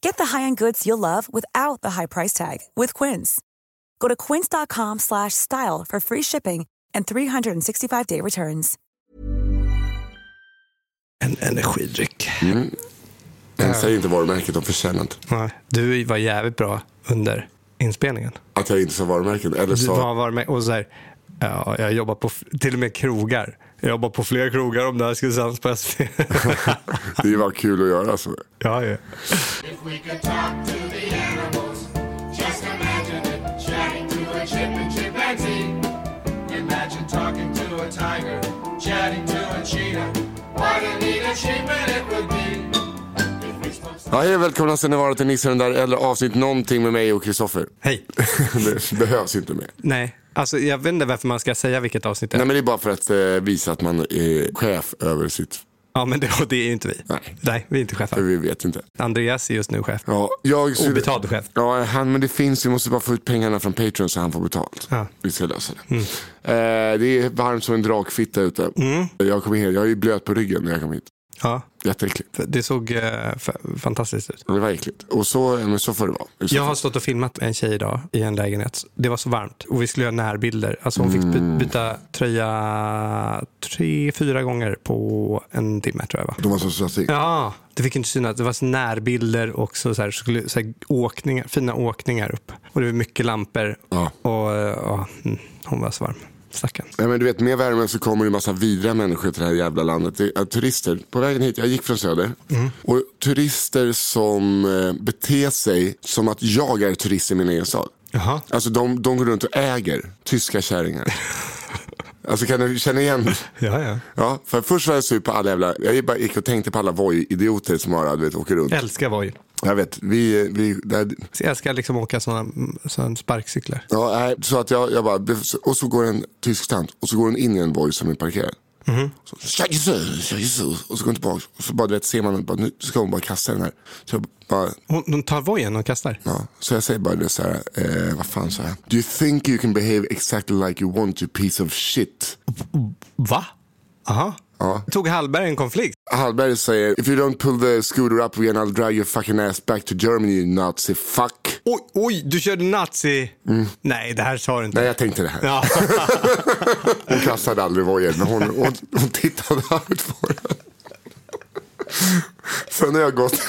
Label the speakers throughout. Speaker 1: Get the high-end goods you'll love without the high price tag with Quince. Go to quince.com slash style for free shipping and 365-day returns.
Speaker 2: En energidryck.
Speaker 3: Mm. Den säger inte varumärket, de förtjänat.
Speaker 2: Nej, du var jävligt bra under inspelningen.
Speaker 3: Att jag inte sa varumärket. Eller
Speaker 2: Du
Speaker 3: sa,
Speaker 2: var, var med och så här, ja, jag jobbar på f- till och med krogar. Jag jobbar på flera krogar om det här skulle sändas på SVT.
Speaker 3: det var kul att göra alltså. så.
Speaker 2: ja, ja.
Speaker 4: If we could talk to the animals, just imagine it. Chatting to a chip and chimpanzee. Imagine talking to a tiger, chatting to a cheetah. What a neat achievement it would be. If we spoke
Speaker 3: Ja, hej och välkomna ska ni vara till Nisse den där eller avsnitt någonting med mig och Kristoffer.
Speaker 2: Hej.
Speaker 3: det behövs inte mer.
Speaker 2: Nej, alltså jag vet inte varför man ska säga vilket avsnitt det är.
Speaker 3: Nej men det är bara för att eh, visa att man är chef över sitt,
Speaker 2: Ja, men det, och det är ju inte vi.
Speaker 3: Nej. Mm.
Speaker 2: vi är inte
Speaker 3: för
Speaker 2: chefer.
Speaker 3: vi vet inte.
Speaker 2: Andreas är just nu chef.
Speaker 3: Ja, jag skulle-
Speaker 2: Obetald chef.
Speaker 3: Ja, han, men det finns, vi måste bara få ut pengarna från Patreon så han får betalt.
Speaker 2: Ja. Mm.
Speaker 3: Vi ska lösa det. Eh, det är varmt som en drakfitta ute.
Speaker 2: Mm.
Speaker 3: Jag kom hit, jag är blöt på ryggen när jag kom hit.
Speaker 2: Ja,
Speaker 3: Jätteäckligt.
Speaker 2: det såg eh, f- fantastiskt ut.
Speaker 3: Det var äckligt. Och så, men så får det vara. Så
Speaker 2: Jag har stått och filmat en tjej idag i en lägenhet. Det var så varmt och vi skulle göra närbilder. Alltså hon fick by- byta tröja tre, fyra gånger på en timme tror jag. Va?
Speaker 3: De var så stressiga.
Speaker 2: Ja, det fick inte synas. Det var så närbilder och så, så, här, skulle, så här, åkningar, fina åkningar upp. Och det var mycket lampor.
Speaker 3: Ja.
Speaker 2: Och, eh, ja, mm, hon var så varm. Stackarn.
Speaker 3: Nej, men du vet, med värmen så kommer det en massa vidriga människor till det här jävla landet. Det är, turister, på vägen hit, jag gick från söder. Och turister som eh, beter sig som att jag är turist i min egen stad.
Speaker 2: Jaha.
Speaker 3: Alltså de, de går runt och äger tyska kärringar. alltså kan du känna igen det?
Speaker 2: Ja, ja.
Speaker 3: Ja, för först var jag sur på alla jävla, jag bara gick och tänkte på alla Voi-idioter som bara du vet, åker runt.
Speaker 2: Älskar Voi.
Speaker 3: Jag vet, vi, vi där,
Speaker 2: Jag älskar liksom åka sådana sån sparkcyklar.
Speaker 3: Ja, nej, så att jag, jag bara, och så går en tysk tant och så går hon in i en boy som är parkerad. Så, "Tja, Jesu, tja, Jesu." och så går hon tillbaka och så bara, du vet, ser man bara, nu ska hon bara kasta den här. Så jag, bara,
Speaker 2: Hon, de tar Voien och kastar.
Speaker 3: ja. så jag säger bara det så här, eh, vad fan så här. Do you think you can behave exactly like you want you piece of shit?
Speaker 2: Va? Aha.
Speaker 3: Ja.
Speaker 2: Tog Hallberg en konflikt?
Speaker 3: Hallberg säger, if you don't pull the scooter up again I'll drag your fucking ass back to Germany you nazi fuck.
Speaker 2: Oj, oj, du körde nazi... Nej, det här sa du inte.
Speaker 3: Mm. Nej, jag tänkte det här.
Speaker 2: Ja.
Speaker 3: Hon kastade aldrig vojen, men hon, hon, hon tittade argt på den. Sen har jag gått...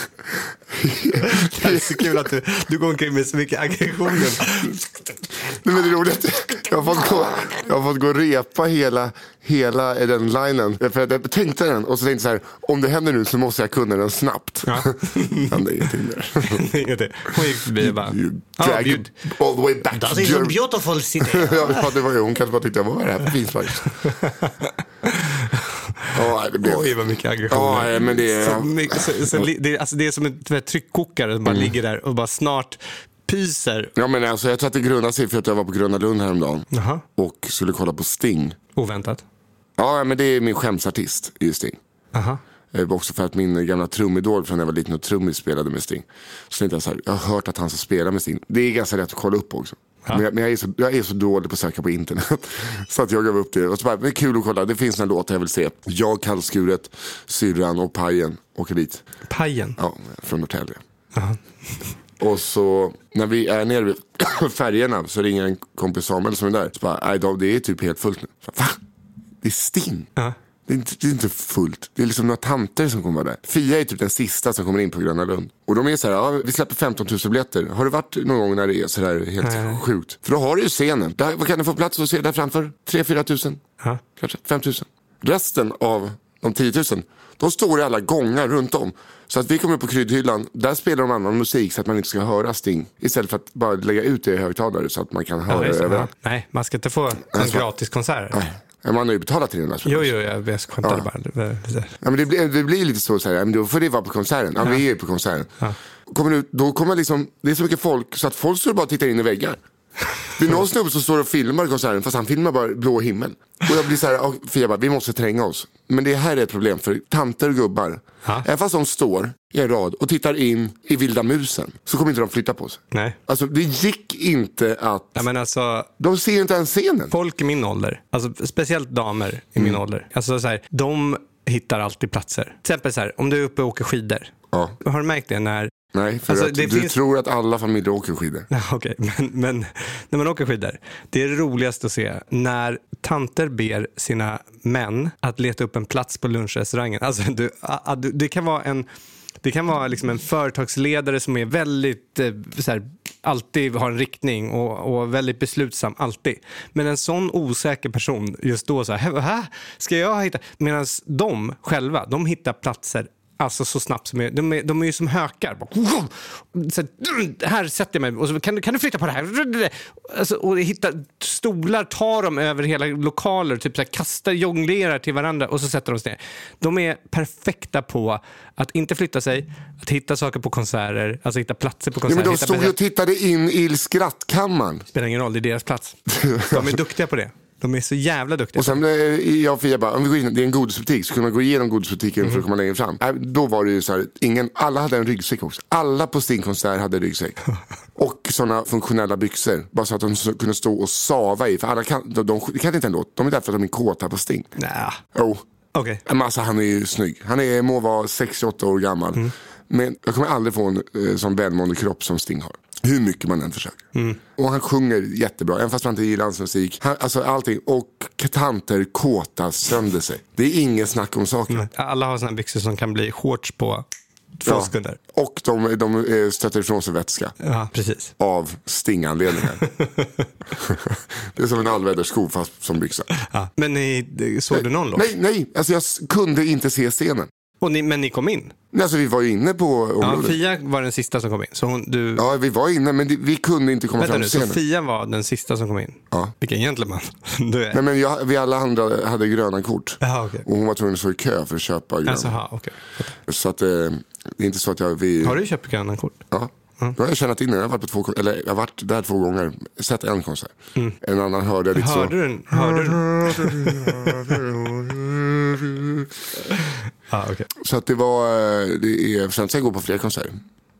Speaker 2: Det är så kul att du, du går omkring med så mycket aggression.
Speaker 3: Nej, men det är roligt. Jag har fått gå, jag har fått gå och repa hela, hela eh, den linen. För att jag tänkte den och så tänkte jag så här, om det händer nu så måste jag kunna den snabbt.
Speaker 2: Ja.
Speaker 3: Hände ingenting där.
Speaker 2: Ingenting. Hon gick förbi och bara...
Speaker 3: You
Speaker 2: "Ah,
Speaker 3: drag
Speaker 2: bjud."
Speaker 3: all the way back to Germany.
Speaker 5: beautiful city.
Speaker 3: ja, det var ju, hon kanske bara tyckte, vad är det här för finspark? Ja, det blev...
Speaker 2: Oj, vad mycket aggression.
Speaker 3: Ja, men det är-
Speaker 2: Så mycket, så, så, li- det, är- alltså, det är som en du vet, tryckkokare som bara ligger där och bara snart pyser.
Speaker 3: Mm. Ja, men alltså, jag tror att det grundar sig för att jag var på Gröna Lund häromdagen
Speaker 2: Jaha.
Speaker 3: och skulle kolla på Sting.
Speaker 2: Oväntat.
Speaker 3: Ja, men det är min skämsartist, är ju Sting.
Speaker 2: Aha.
Speaker 3: Eh, Också för att min gamla trumidol från när jag var liten och trummis spelade med Sting. Så tänkte jag så här, jag har hört att han ska spela med Sting. Det är ganska lätt att kolla upp också. Men, jag, men jag, är så, jag är så dålig på att söka på internet. så att jag gav upp det. Och så bara, men kul att kolla, det finns en låt jag vill se. Jag, kallskuret, syrran och pajen åker dit.
Speaker 2: Pajen.
Speaker 3: Ja, från Norrtälje. Och så när vi är nere vid färgerna så ringer en kompis Samuel som är där. Så bara, nej de- det är typ helt fullt nu. Så, Va? Det är Sting? Det, är inte, det är inte fullt. Det är liksom några tanter som kommer vara där. Fia är typ den sista som kommer in på Gröna Lund. Och de är så här, ja, vi släpper 15 000 biljetter. Har du varit någon gång när det är så där helt sjukt? För då har du ju scenen. Där, vad kan du få plats att se där framför? 3-4 000?
Speaker 2: Ja.
Speaker 3: Kanske 5 000? Resten av de 10 000, de står i alla gångar runt om. Så att vi kommer upp på kryddhyllan, där spelar de annan musik så att man inte ska höra Sting. Istället för att bara lägga ut det i högtalare så att man kan höra
Speaker 2: Ja, Alltså- just det.
Speaker 3: överallt.
Speaker 2: Nej, man ska inte få en
Speaker 3: så-
Speaker 2: gratis konsert.
Speaker 3: Men man har ju betalat 300 spänn.
Speaker 2: Jo, jo, jag, jag skämtade bara. Lite.
Speaker 3: Ja, men det, blir, det blir lite så, så här, ja, men då får det vara på konserten. Ja, vi är på konserten. Kommer du, då kommer liksom, det är så mycket folk så att folk står och bara tittar in i väggar. Det är någon snubbe som står och filmar konserten fast han filmar bara blå himmel. Och jag blir så här, och Fia bara, vi måste tränga oss. Men det här är ett problem för tanter och gubbar,
Speaker 2: Ja.
Speaker 3: även fast de står i en rad och tittar in i vilda musen så kommer inte de flytta på sig.
Speaker 2: Nej.
Speaker 3: Alltså det gick inte att,
Speaker 2: Ja, men alltså,
Speaker 3: de ser inte ens scenen.
Speaker 2: folk i min ålder, alltså, speciellt damer i min ålder, alltså, så här, de hittar alltid platser. Till exempel så här, om du är uppe och åker skidor.
Speaker 3: Ja.
Speaker 2: Har du märkt det när...
Speaker 3: Nej, för
Speaker 2: Alltså,
Speaker 3: att
Speaker 2: det
Speaker 3: du
Speaker 2: finns-
Speaker 3: tror att alla familjer åker skidor.
Speaker 2: Okej, men, men när man åker skidor. Det är det roligaste att se när tanter ber sina män att leta upp en plats på lunchrestaurangen. Alltså, du, a- a- du, det kan vara en... Det kan vara liksom en företagsledare som är väldigt, eh, så här, alltid har en riktning och, och väldigt beslutsam, alltid. Men en sån osäker person just då, så här, "Hä? ska jag hitta? Medan de själva, de hittar platser Alltså så snabbt som möjligt. De är, de är ju som hökar. Bara, Så här, här sätter jag mig. Och så, kan, du- kan du flytta på det här? Alltså, och hitta, stolar tar de över hela lokaler. Typ så här, kastar, jonglerar till varandra och så sätter de sig ner. De är perfekta på att inte flytta sig, att hitta saker på konserter, alltså hitta platser på
Speaker 3: Ja,
Speaker 2: konserter.
Speaker 3: men de
Speaker 2: hitta
Speaker 3: stod ju
Speaker 2: platser.
Speaker 3: och tittade in i skrattkammaren.
Speaker 2: spelar ingen roll, det är deras plats. De är duktiga på det. De är så jävla duktiga.
Speaker 3: Och sen eh, jag och Fia bara, om vi går in, det är en godisbutik, så kunde man gå igenom godisbutiken för att komma längre fram. Äh, då var det ju så här, ingen, alla hade en ryggsäck också. Alla på Sting konsert hade ryggsäck. Och sådana funktionella byxor, bara så att de så- kunde stå och sava i. För alla kan, de, de, de kan inte en låt, de är där för att de är kåta på Sting.
Speaker 2: Nja,
Speaker 3: Jo.
Speaker 2: okej.
Speaker 3: Men alltså han är ju snygg. Han är, må vara 68 år gammal.
Speaker 2: Mm.
Speaker 3: Men jag kommer aldrig få en eh, sån välmående kropp som Sting har. Hur mycket man än försöker.
Speaker 2: Mm.
Speaker 3: Och han sjunger jättebra, även fast man inte gillar hans musik. Han, alltså allting. Och tanter kåta sönder sig. Det är inget snack om saken.
Speaker 2: Alla har såna här byxor som kan bli shorts på två
Speaker 3: Ja.
Speaker 2: sekunder.
Speaker 3: Och de, de eh, stöter ifrån sig vätska.
Speaker 2: Ja, precis.
Speaker 3: Av stinganledningar. det är som en allväderssko fast som byxa.
Speaker 2: Ja. Men ni, såg du någon låt?
Speaker 3: Nej, nej. Alltså jag s- kunde inte se scenen.
Speaker 2: Och ni, men ni kom in?
Speaker 3: Nej, Alltså vi var ju inne på
Speaker 2: Ja,
Speaker 3: området.
Speaker 2: Fia var den sista som kom in. Så hon, du,
Speaker 3: Ja, vi var inne, men det, vi kunde inte komma
Speaker 2: vänta
Speaker 3: fram
Speaker 2: nu,
Speaker 3: till
Speaker 2: så
Speaker 3: scenen.
Speaker 2: Fia var den sista som kom in?
Speaker 3: Ja.
Speaker 2: Vilken gentleman du är.
Speaker 3: Nej, men jag, vi alla andra hade gröna kort.
Speaker 2: Jaha, okej.
Speaker 3: Och hon var tvungen att stå i kö för att köpa gröna.
Speaker 2: Alltså, ha, okej.
Speaker 3: Så att, eh, det är inte så att jag... Vi,
Speaker 2: Har du Mm. köpt gröna kort?
Speaker 3: Ja. Då har jag tjänat in den. Jag har varit, på två, kon- eller, jag har varit där två gånger. Sett en konsert. En annan hörde liksom- jag lite
Speaker 2: Mm. Hörde
Speaker 3: så.
Speaker 2: du den? Hörde du? Ah, okej.
Speaker 3: Så att det var... eh, Det är, sen ska jag gå på fler konserter.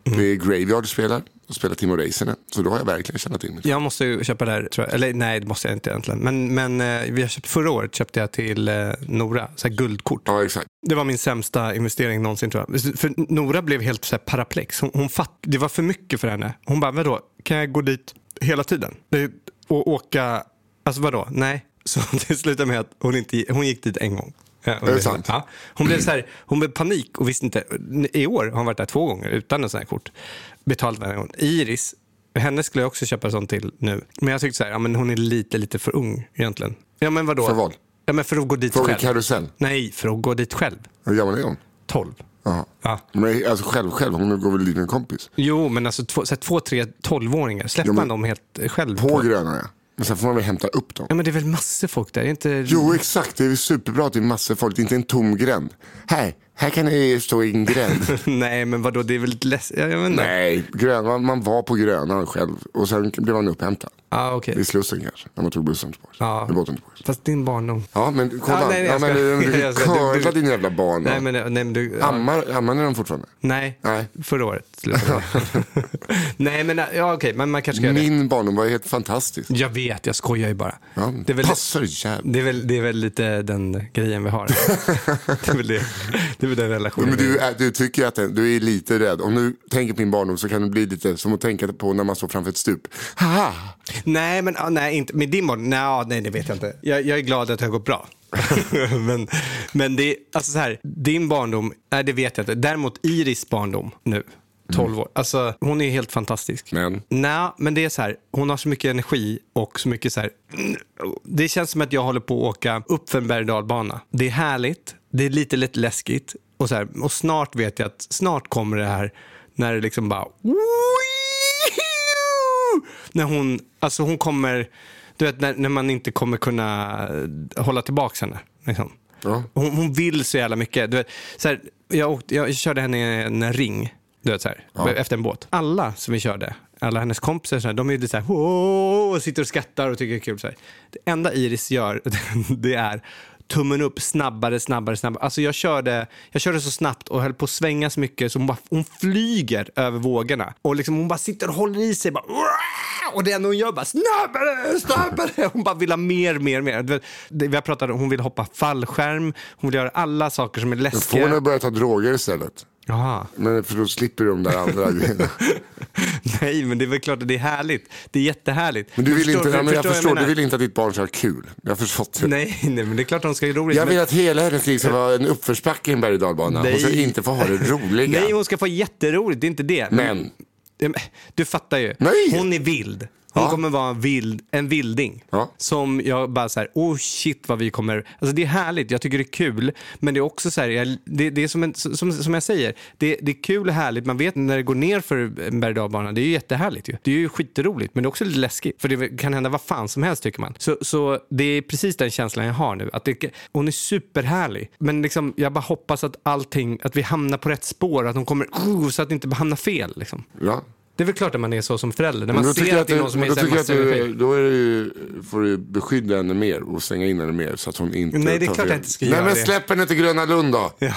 Speaker 2: Mm.
Speaker 3: Det är Graveyard spelar. Och spelar Timo Räisänen. Så då har jag verkligen tjänat in mitt.
Speaker 2: Jag måste ju köpa där, tror jag. Eller nej, det måste jag inte egentligen. Men, men eh, vi har köpt, förra året köpte jag till eh, Nora, så här guldkort.
Speaker 3: Ja, exakt.
Speaker 2: Det var min sämsta investering någonsin tror jag. För Nora blev helt så här paraplex. Hon, hon fatt, det var för mycket för henne. Hon bara, vadå, kan jag gå dit hela tiden? Det- Och åka, alltså vadå, nej. Så det slutade med att hon, inte, hon gick dit en gång. Ja,
Speaker 3: Är det sant?
Speaker 2: Ja. Hon blev så här, hon blev panik och visste inte. I år har hon varit där två gånger utan en sån här kort. Betalt varje gång. Iris, henne skulle jag också köpa sånt till nu. Men jag tyckte så här, ja, men hon är lite, lite för ung egentligen. Ja men vadå?
Speaker 3: För vad?
Speaker 2: Ja men för att gå dit
Speaker 3: Fråga
Speaker 2: själv.
Speaker 3: Karusell.
Speaker 2: Nej, för att gå dit själv.
Speaker 3: Hur gammal är hon?
Speaker 2: 12.
Speaker 3: Jaha.
Speaker 2: Ja.
Speaker 3: Men alltså själv, själv. Hon går väl dit med en kompis.
Speaker 2: Jo, men alltså två, så här, två tre tolvåringar, släpper
Speaker 3: Jo, men-
Speaker 2: man dem helt eh, själv?
Speaker 3: På gröna ja. Men sen får man väl hämta upp dem.
Speaker 2: Ja, men det är väl massor folk där? Är Inte...
Speaker 3: Jo, exakt. Det är ju superbra att det är massor folk. Det är inte en tom gränd. Här, här kan ni stå i en gränd.
Speaker 2: Nej, men vadå, det är väl less... Jag, jag vet inte.
Speaker 3: Nej, grön, man, man var på Grönan själv och sen blev man upphämtad.
Speaker 2: Ja, okej.
Speaker 3: I Slussen kanske, när man tog bussen tillbaka.
Speaker 2: Ja.
Speaker 3: Eller båten tillbaka.
Speaker 2: Fast din barndom.
Speaker 3: Ja, men kolla.
Speaker 2: Ja,
Speaker 3: Ja,
Speaker 2: nej, nej, jag
Speaker 3: men,
Speaker 2: skojar.
Speaker 3: du kan ju
Speaker 2: Jag skojar. Du-
Speaker 3: curla
Speaker 2: du-
Speaker 3: din jävla barn.
Speaker 2: Nej, men, nej, men du... ja.
Speaker 3: Ammar, ammar ni dem fortfarande?
Speaker 2: Nej,
Speaker 3: Nej.
Speaker 2: förra året. slutade jag. nej, men ja, okej, men man kanske ska göra det.
Speaker 3: Min barndom var helt fantastisk.
Speaker 2: Jag vet, jag skojar ju bara.
Speaker 3: Ja,
Speaker 2: det är väl...
Speaker 3: Passar jävligt.
Speaker 2: Det är, väl, det är väl lite den grejen vi har. det, är väl det. det är väl den relationen.
Speaker 3: Men
Speaker 2: vi-
Speaker 3: du, är- du tycker ju att den- du är lite rädd. Om du tänker på din barndom så kan det bli lite som att tänka på när man står framför ett stup. Haha!
Speaker 2: Nej, men ah, nej, inte med din barn. Nej, ah, nej, det vet jag inte. Jag, jag är glad att det har gått bra. men men det, alltså så här, din barndom, nej, det vet jag inte. Däremot Iris barndom nu, 12 år. Alltså, hon är helt fantastisk.
Speaker 3: Mm. Men?
Speaker 2: Nej, men det är så här, hon har så mycket energi och så mycket så här... Det känns som att jag håller på att åka upp för en berg och dalbana. Det är härligt, det är lite, lite läskigt och, så här, och snart vet jag att snart kommer det här när det liksom bara... När hon, alltså hon kommer... Du vet, när, när man inte kommer kunna eh, hålla tillbaka henne. Liksom.
Speaker 3: Ja.
Speaker 2: Hon, hon vill så jävla mycket. Du vet, så här, jag, åkte, jag körde henne i en ring du vet, så här, efter en båt. Alla som vi körde, alla hennes kompisar, så här, de är ju lite så här, "Åh", och sitter och skrattar och tycker det är kul. Så här. Det enda Iris gör, det är tummen upp snabbare, snabbare, snabbare. Alltså jag körde, jag körde så snabbt och höll på att svänga så mycket så hon, bara, hon flyger över vågorna. Och liksom, hon bara sitter och håller i sig. Bara, "Åh!" Ah, och det enda hon gör bara snabbare, snabbare. Hon bara vill ha mer, mer, mer. Du vet, det- Vi har pratat om hon vill hoppa fallskärm, hon vill göra alla saker som är
Speaker 3: Får hon
Speaker 2: läskiga.
Speaker 3: börja ta droger istället?
Speaker 2: Jaha.
Speaker 3: Men för då slipper du de där andra grejerna.
Speaker 2: Nej, men det är väl klart att det är härligt. Det är jättehärligt.
Speaker 3: Men du vill
Speaker 2: Förstår-
Speaker 3: inte, ja, men jag
Speaker 2: vad
Speaker 3: förstår, du
Speaker 2: menar?
Speaker 3: vill inte att ditt barn ska ha kul. Jag har förstått det.
Speaker 2: Nej, nej, men det är klart att hon ska ha roligt.
Speaker 3: Jag
Speaker 2: men...
Speaker 3: vill att hela hennes liv ska vara en uppförsbacke i en berg och dalbana. Hon ska
Speaker 2: Nej.
Speaker 3: inte få ha det roliga.
Speaker 2: Nej, hon ska få jätteroligt, det är inte det.
Speaker 3: Men?
Speaker 2: Men- Du fattar ju.
Speaker 3: Nej.
Speaker 2: Hon är vild. Hon
Speaker 3: Ja.
Speaker 2: kommer vara en, vild, en vilding.
Speaker 3: Ja.
Speaker 2: Som jag bara så här, oh shit vad vi kommer... Alltså det är härligt, jag tycker det är kul. Men det är också så här, jag, det, det är som, en, som, som jag säger, det, det är kul och härligt. Man vet när det går ner för en berg och det är ju jättehärligt ju. Det är ju skitroligt, men det är också lite läskigt. För det kan hända vad fan som helst tycker man. Så, så det är precis den känslan jag har nu. Att det, hon är superhärlig. Men liksom, jag bara hoppas att allting, att vi hamnar på rätt spår. Att hon kommer, oh, så att det inte hamnar fel liksom.
Speaker 3: Ja.
Speaker 2: Det är väl klart att man är så som förälder. När
Speaker 3: Men då
Speaker 2: man
Speaker 3: tycker
Speaker 2: ser
Speaker 3: jag
Speaker 2: att det är någon som
Speaker 3: men då
Speaker 2: är
Speaker 3: tycker jag att
Speaker 2: massa energi.
Speaker 3: du, då är det ju, får du beskydda henne mer och stänga in henne mer så att hon inte
Speaker 2: Nej, det är
Speaker 3: tar
Speaker 2: klart
Speaker 3: fel.
Speaker 2: jag inte ska
Speaker 3: Nej,
Speaker 2: göra
Speaker 3: men
Speaker 2: det.
Speaker 3: släpp henne till Gröna Lund då.
Speaker 2: Ja.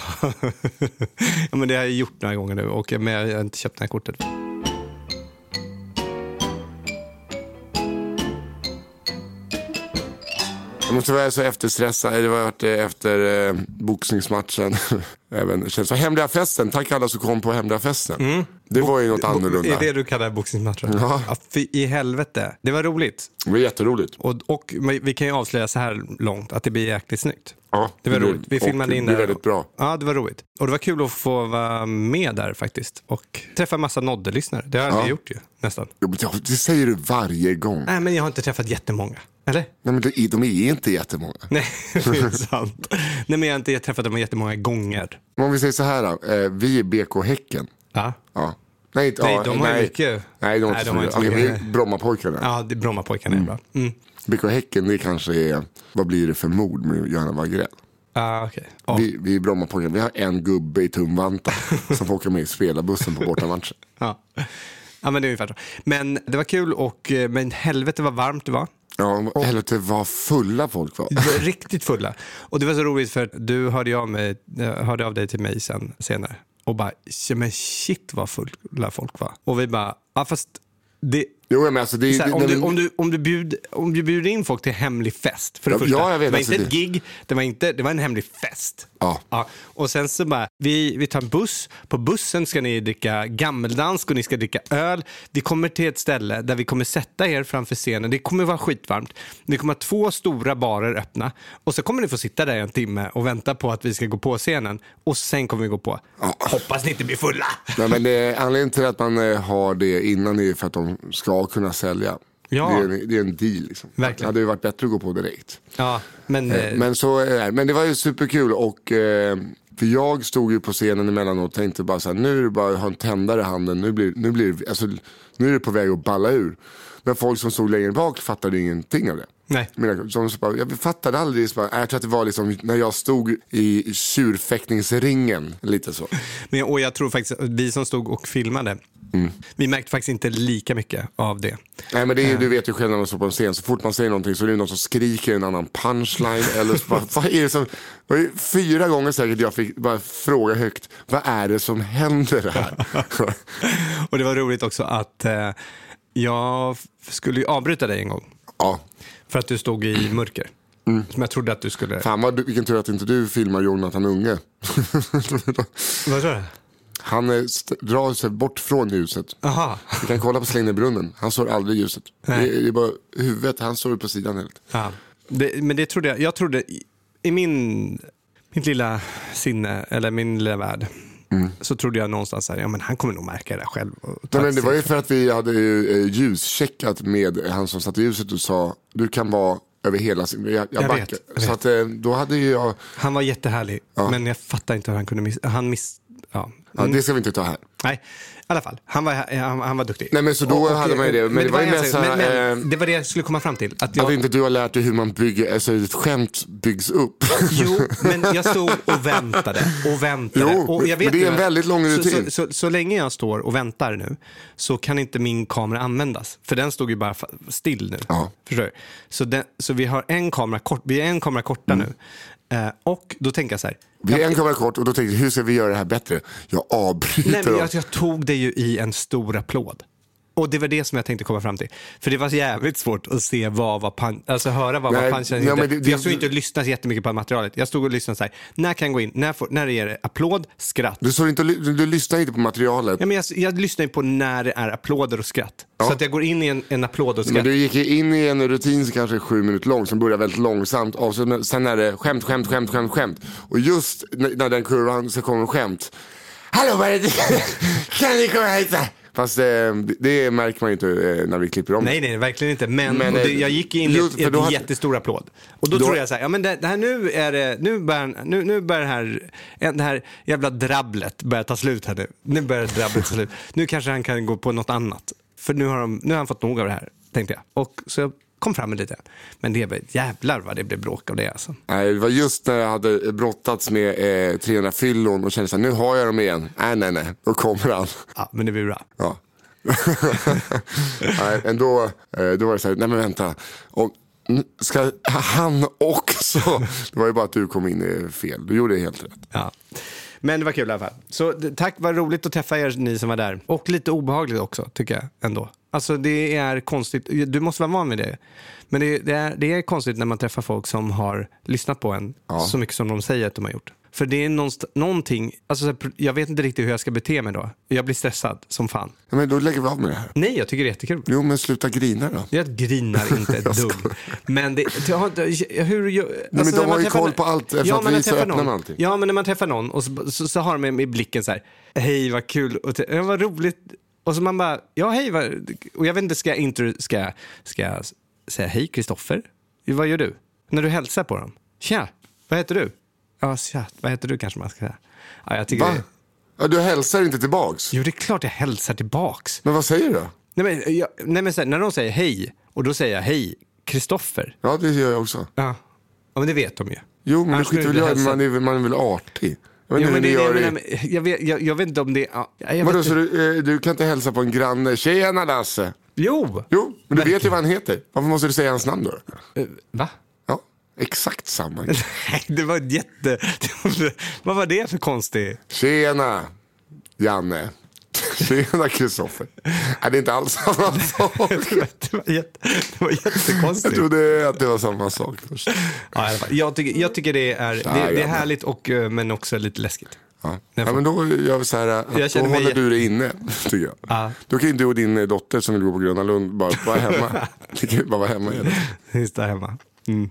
Speaker 2: ja, men det har jag gjort några gånger nu, och, men jag har inte köpt det här kortet.
Speaker 3: Jag måste vara så efterstressad, eller var det efter eh, boxningsmatchen. Även, känns så hemliga festen, tack alla som kom på hemliga festen. Det var ju något annorlunda.
Speaker 2: Mm. Är det du kallar boxningsmatcher?
Speaker 3: Ja.
Speaker 2: fy i helvete. Det var roligt.
Speaker 3: Det var jätteroligt.
Speaker 2: Och, och men vi kan ju avslöja så här långt att det blir jäkligt snyggt.
Speaker 3: Ja,
Speaker 2: Det var
Speaker 3: det blir-
Speaker 2: roligt. Vi
Speaker 3: och
Speaker 2: filmade
Speaker 3: det
Speaker 2: in
Speaker 3: blir
Speaker 2: där.
Speaker 3: väldigt bra.
Speaker 2: Ja, det var roligt. Och det var kul att få vara med där faktiskt. Och träffa en massa nodde-lyssnare. Det har jag aldrig gjort ju, nästan.
Speaker 3: Ja, men det- Det säger du varje gång.
Speaker 2: Nej, men jag har inte träffat jättemånga. Eller?
Speaker 3: Nej, men det är- de är inte jättemånga.
Speaker 2: Nej, det är sant. Nej, men jag har inte träffat dem jättemånga gånger.
Speaker 3: Men om vi säger så här då, eh, vi är BK Häcken.
Speaker 2: Ja,
Speaker 3: Ja. Nej, inte-
Speaker 2: Nej,
Speaker 3: ja,
Speaker 2: de har ju mycket.
Speaker 3: Nej, de har
Speaker 2: Nej,
Speaker 3: inte
Speaker 2: de
Speaker 3: så
Speaker 2: har
Speaker 3: mycket.
Speaker 2: inte så
Speaker 3: Okej,
Speaker 2: mycket.
Speaker 3: vi är Brommapojkarna.
Speaker 2: ja det- Brommapojkarna är bra. Mm.
Speaker 3: BK Häcken, det kanske är, vad blir det för mord med Göran Wagrell?
Speaker 2: Ah, okej. Ja.
Speaker 3: Vi, vi är Brommapojkarna, vi har en gubbe i tumvantar som får åka med i spelarbussen på bortamatchen.
Speaker 2: Ja. ja, men det är ungefär så. Men det var kul och eh, men helvete vad varmt det var.
Speaker 3: Ja, helvete vad fulla folk var.
Speaker 2: Vi var Riktigt fulla. Och det var så roligt för att du hörde av, mig, eh, hörde av dig till mig sen, senare och bara, "Tja, men shit vad fulla folk var. Och vi bara, ja fast det,
Speaker 3: Jo, men alltså det är...
Speaker 2: så här, om,
Speaker 3: nej,
Speaker 2: du,
Speaker 3: men-
Speaker 2: om, du, om, du bjud, om du bjuder in folk till hemlig fest, för det
Speaker 3: Ja,
Speaker 2: första.
Speaker 3: ja, jag vet,
Speaker 2: det var
Speaker 3: alltså,
Speaker 2: inte ett
Speaker 3: det-
Speaker 2: gig, det var, inte, det var en hemlig fest.
Speaker 3: Ja.
Speaker 2: Och sen så bara, vi, vi tar en buss, på bussen ska ni dricka gammeldansk och ni ska dricka öl. Vi kommer till ett ställe där vi kommer sätta er framför scenen, det kommer vara skitvarmt. Vi kommer ha två stora barer öppna och så kommer ni få sitta där i en timme och vänta på att vi ska gå på scenen och sen kommer vi gå på. Hoppas ni inte blir fulla!
Speaker 3: Nej, men det, anledningen till att man eh, har det innan är ju för att de ska kunna sälja.
Speaker 2: Ja.
Speaker 3: Det, är, en- det är en deal. Liksom.
Speaker 2: Verkligen.
Speaker 3: Det hade ju varit bättre att gå på direkt.
Speaker 2: Ja, men... eh,
Speaker 3: Men, så, är det. men det var ju superkul och eh, för jag stod ju på scenen emellanåt och tänkte bara så här, nu är det bara att ha en tändare i handen, nu, blir, nu, blir, alltså, nu är det på väg att balla ur. Men folk som stod längre bak fattade ingenting av det.
Speaker 2: Nej.
Speaker 3: Mina, som så bara, jag fattade aldrig, så bara, jag tror att det var liksom när jag stod i tjurfäktningsringen, lite så.
Speaker 2: Men, och jag tror faktiskt, att vi som stod och filmade,
Speaker 3: Mm.
Speaker 2: vi märkte faktiskt inte lika mycket av det.
Speaker 3: Nej men det är, ju- du vet ju själv när man står på en scen, så fort man säger någonting så är det någon som skriker en annan punchline. Eller så bara, vad är det som, det var ju fyra gånger säkert jag fick bara fråga högt, vad är det som händer här?
Speaker 2: Och det var roligt också att eh, jag f- skulle ju avbryta dig en gång
Speaker 3: ja,
Speaker 2: för att du stod i mörker. Som jag trodde att du skulle...
Speaker 3: Mm. fan vad, du- vilken tur att inte du filmar Jonathan Unge.
Speaker 2: Vad sa du?
Speaker 3: Han eh, st- drar sig bort från ljuset.
Speaker 2: Jaha.
Speaker 3: Du kan kolla på Slingerbrunnen, han såg aldrig ljuset. Det
Speaker 2: Nej.
Speaker 3: är, det är bara huvudet, han står på sidan helt.
Speaker 2: Ja. Det, men det trodde jag. Jag trodde i, i min, mitt lilla sinne, eller min lilla värld, så trodde jag någonstans så här, ja men han kommer nog märka det där själv. och ta
Speaker 3: Mm. Nej, men
Speaker 2: ett
Speaker 3: det var ju
Speaker 2: steg.
Speaker 3: för att vi hade ju, eh, ljuscheckat med han som satte ljuset och sa du kan vara över hela sin... Jag, jag,
Speaker 2: vet,
Speaker 3: backar.
Speaker 2: jag
Speaker 3: Så
Speaker 2: vet.
Speaker 3: att, eh, då hade ju jag...
Speaker 2: Han var jättehärlig, men jag fattar inte hur han kunde missa, han miss, ja.
Speaker 3: Ja, det ska vi inte ta här.
Speaker 2: Nej, i alla fall. Han var, eh, han, han var duktig.
Speaker 3: Nej, men så då hade man ju det. Men det var ju
Speaker 2: en
Speaker 3: mest
Speaker 2: sak.
Speaker 3: så här,
Speaker 2: Men- men
Speaker 3: eh,
Speaker 2: Det var det jag skulle komma fram till. Att
Speaker 3: Att
Speaker 2: jag,
Speaker 3: inte du har lärt dig hur man bygger, alltså ett skämt byggs upp.
Speaker 2: Jo, men jag stod och väntade och väntade.
Speaker 3: Jo,
Speaker 2: och jag
Speaker 3: men det är
Speaker 2: ju
Speaker 3: en
Speaker 2: att-
Speaker 3: väldigt lång
Speaker 2: så,
Speaker 3: rutin.
Speaker 2: Så, så, så, länge jag står och väntar nu så kan inte min kamera användas. För den stod ju bara fa- still nu.
Speaker 3: Ja.
Speaker 2: Förstår du? Så, den, så vi har en kamera kort, vi är en kamera korta
Speaker 3: Mm.
Speaker 2: nu. Eh, och då tänker jag så här.
Speaker 3: Vi är
Speaker 2: jag,
Speaker 3: en kamera kort och då tänkte jag, hur ska vi göra det här bättre? Jag avbryter
Speaker 2: nej, men
Speaker 3: dem.
Speaker 2: jag, jag tog det ju i en stor applåd. Och det var det som jag tänkte komma fram till. För det var jävligt svårt att se vad var pan- alltså höra vad
Speaker 3: Nej,
Speaker 2: var punchen
Speaker 3: nej,
Speaker 2: inte.
Speaker 3: men det-
Speaker 2: För
Speaker 3: det-
Speaker 2: jag stod inte och lyssnade så jättemycket på materialet. Jag stod och lyssnade så här, när kan jag gå in, när, får, när är det applåd, skratt.
Speaker 3: Du, såg inte, du, du lyssnade inte på materialet.
Speaker 2: Ja, men jag, jag lyssnar ju på när det är applåder och skratt. Så att jag går in i en, en applåd och
Speaker 3: Men
Speaker 2: skratt.
Speaker 3: du gick ju in i en rutin som kanske är sju minuter lång som börjar väldigt långsamt och sen, sen är det skämt, skämt, skämt, skämt, skämt. Och just när, när den kurvan så kommer skämt. Hallå, vad är det? kan ni komma hit? här?" Fast eh, det, det märker man ju inte eh, när vi klipper om.
Speaker 2: Nej, nej, verkligen inte. Men,
Speaker 3: Men,
Speaker 2: och det,
Speaker 3: eh,
Speaker 2: jag gick in i
Speaker 3: jo,
Speaker 2: ett,
Speaker 3: för då
Speaker 2: ett
Speaker 3: hade-
Speaker 2: jättestor applåd. Och då,
Speaker 3: Då-
Speaker 2: tror jag så här, ja men det, det här nu är det, nu börjar, nu, nu börjar det här, eh, det här jävla drabblet börjar ta slut här nu. Nu börjar drabblet ta slut. Nu kanske han kan gå på något annat. För nu har, de, nu har han fått nog av det här, tänkte jag. Och så jag kom fram med lite. Men det var jävlar vad det blev bråk av det alltså.
Speaker 3: Nej, det var just när jag hade brottats med eh, 300-fyllon och kände så här, nu har jag dem igen. Nej, nej, nej, då kommer han.
Speaker 2: Ja, men det blev bra.
Speaker 3: Ja. nej, ändå, eh, då var det så här, nej men vänta. Och, n- ska han också? Det var ju bara att du kom in eh, fel. Du gjorde helt rätt.
Speaker 2: Ja. Men det var kul i alla fall. Så d- tack, vad roligt att träffa er ni som var där. Och lite obehagligt också, tycker jag ändå. Alltså det är konstigt, du måste vara van vid det. Men det, det, är, det är konstigt när man träffar folk som har lyssnat på en så mycket som de säger att de har gjort. För det är någonst- någonting, alltså så här, pr- jag vet inte riktigt hur jag ska bete mig då. Jag blir stressad som fan.
Speaker 3: Ja, men då lägger vi av med det här.
Speaker 2: Nej, jag tycker det är jättekul.
Speaker 3: Jo, men sluta grina då.
Speaker 2: Jag grinar inte ett dugg. Men det, jag har inte- hur, jag, alltså
Speaker 3: men de
Speaker 2: när man
Speaker 3: har ju
Speaker 2: träffar-
Speaker 3: koll på allt, eftersom att
Speaker 2: men när
Speaker 3: vi
Speaker 2: jag
Speaker 3: så
Speaker 2: träffar
Speaker 3: öppnar
Speaker 2: någon,
Speaker 3: med allting.
Speaker 2: Ja, men när man träffar någon och så, så, så har de i blicken så här, hej vad kul, och te- ja, vad roligt. Och så man bara, ja hej, vad, och jag vet inte, ska jag, intro, ska, jag- ska jag säga hej Kristoffer? Vad gör du? När du hälsar på dem? Tja, vad heter du? Ja, tja, vad heter du kanske man ska säga. Ja, jag tycker
Speaker 3: Va?
Speaker 2: det,
Speaker 3: Ja, du hälsar inte tillbaks.
Speaker 2: jo, det är klart jag hälsar tillbaks.
Speaker 3: Men vad säger du då?
Speaker 2: Nej men, jag, nej, men så här, när de säger hej och då säger jag hej, Kristoffer.
Speaker 3: Ja, det gör jag också.
Speaker 2: Ja. ja, men det vet de ju.
Speaker 3: Jo, men det
Speaker 2: Annars
Speaker 3: skiter
Speaker 2: skulle
Speaker 3: väl
Speaker 2: du
Speaker 3: jag i,
Speaker 2: hälsa-
Speaker 3: man är väl- man är väl artig. Jag vet
Speaker 2: Jo,
Speaker 3: inte hur
Speaker 2: men det,
Speaker 3: ni gör
Speaker 2: är det, jag,
Speaker 3: i-
Speaker 2: menar, men jag, vet, jag, jag vet inte om det... Ja, jag vet
Speaker 3: Vadå,
Speaker 2: inte.
Speaker 3: så du, eh, du kan inte hälsa på en granne? Tjena Lasse!
Speaker 2: Jo!
Speaker 3: Jo, men du vet ju vad han heter. Varför måste du säga hans namn då?
Speaker 2: Eh, Va?
Speaker 3: Ja, exakt samma grej.
Speaker 2: Nej, det var ett jätte... Vad var det för konstig...
Speaker 3: Tjena Janne. Tjena Kristoffer. Nej, det är inte alls samma sak.
Speaker 2: Det var, det var, jätte, det var
Speaker 3: Jag
Speaker 2: jättekonstigt.
Speaker 3: trodde att det var samma sak först.
Speaker 2: Ja, i alla fall. jag, tycker, jag tycker det är, det, det är härligt, och, eh, men också lite läskigt.
Speaker 3: Ja. Ja, men då gör vi så här, att
Speaker 2: Jag
Speaker 3: då
Speaker 2: känner mig
Speaker 3: håller
Speaker 2: jätte-
Speaker 3: du dig inne, tycker jag. Då kan ju du och din dotter som vill gå på Gröna Lund bara vara hemma. Ni kan ju bara vara hemma igen.
Speaker 2: Just där hemma. Mm.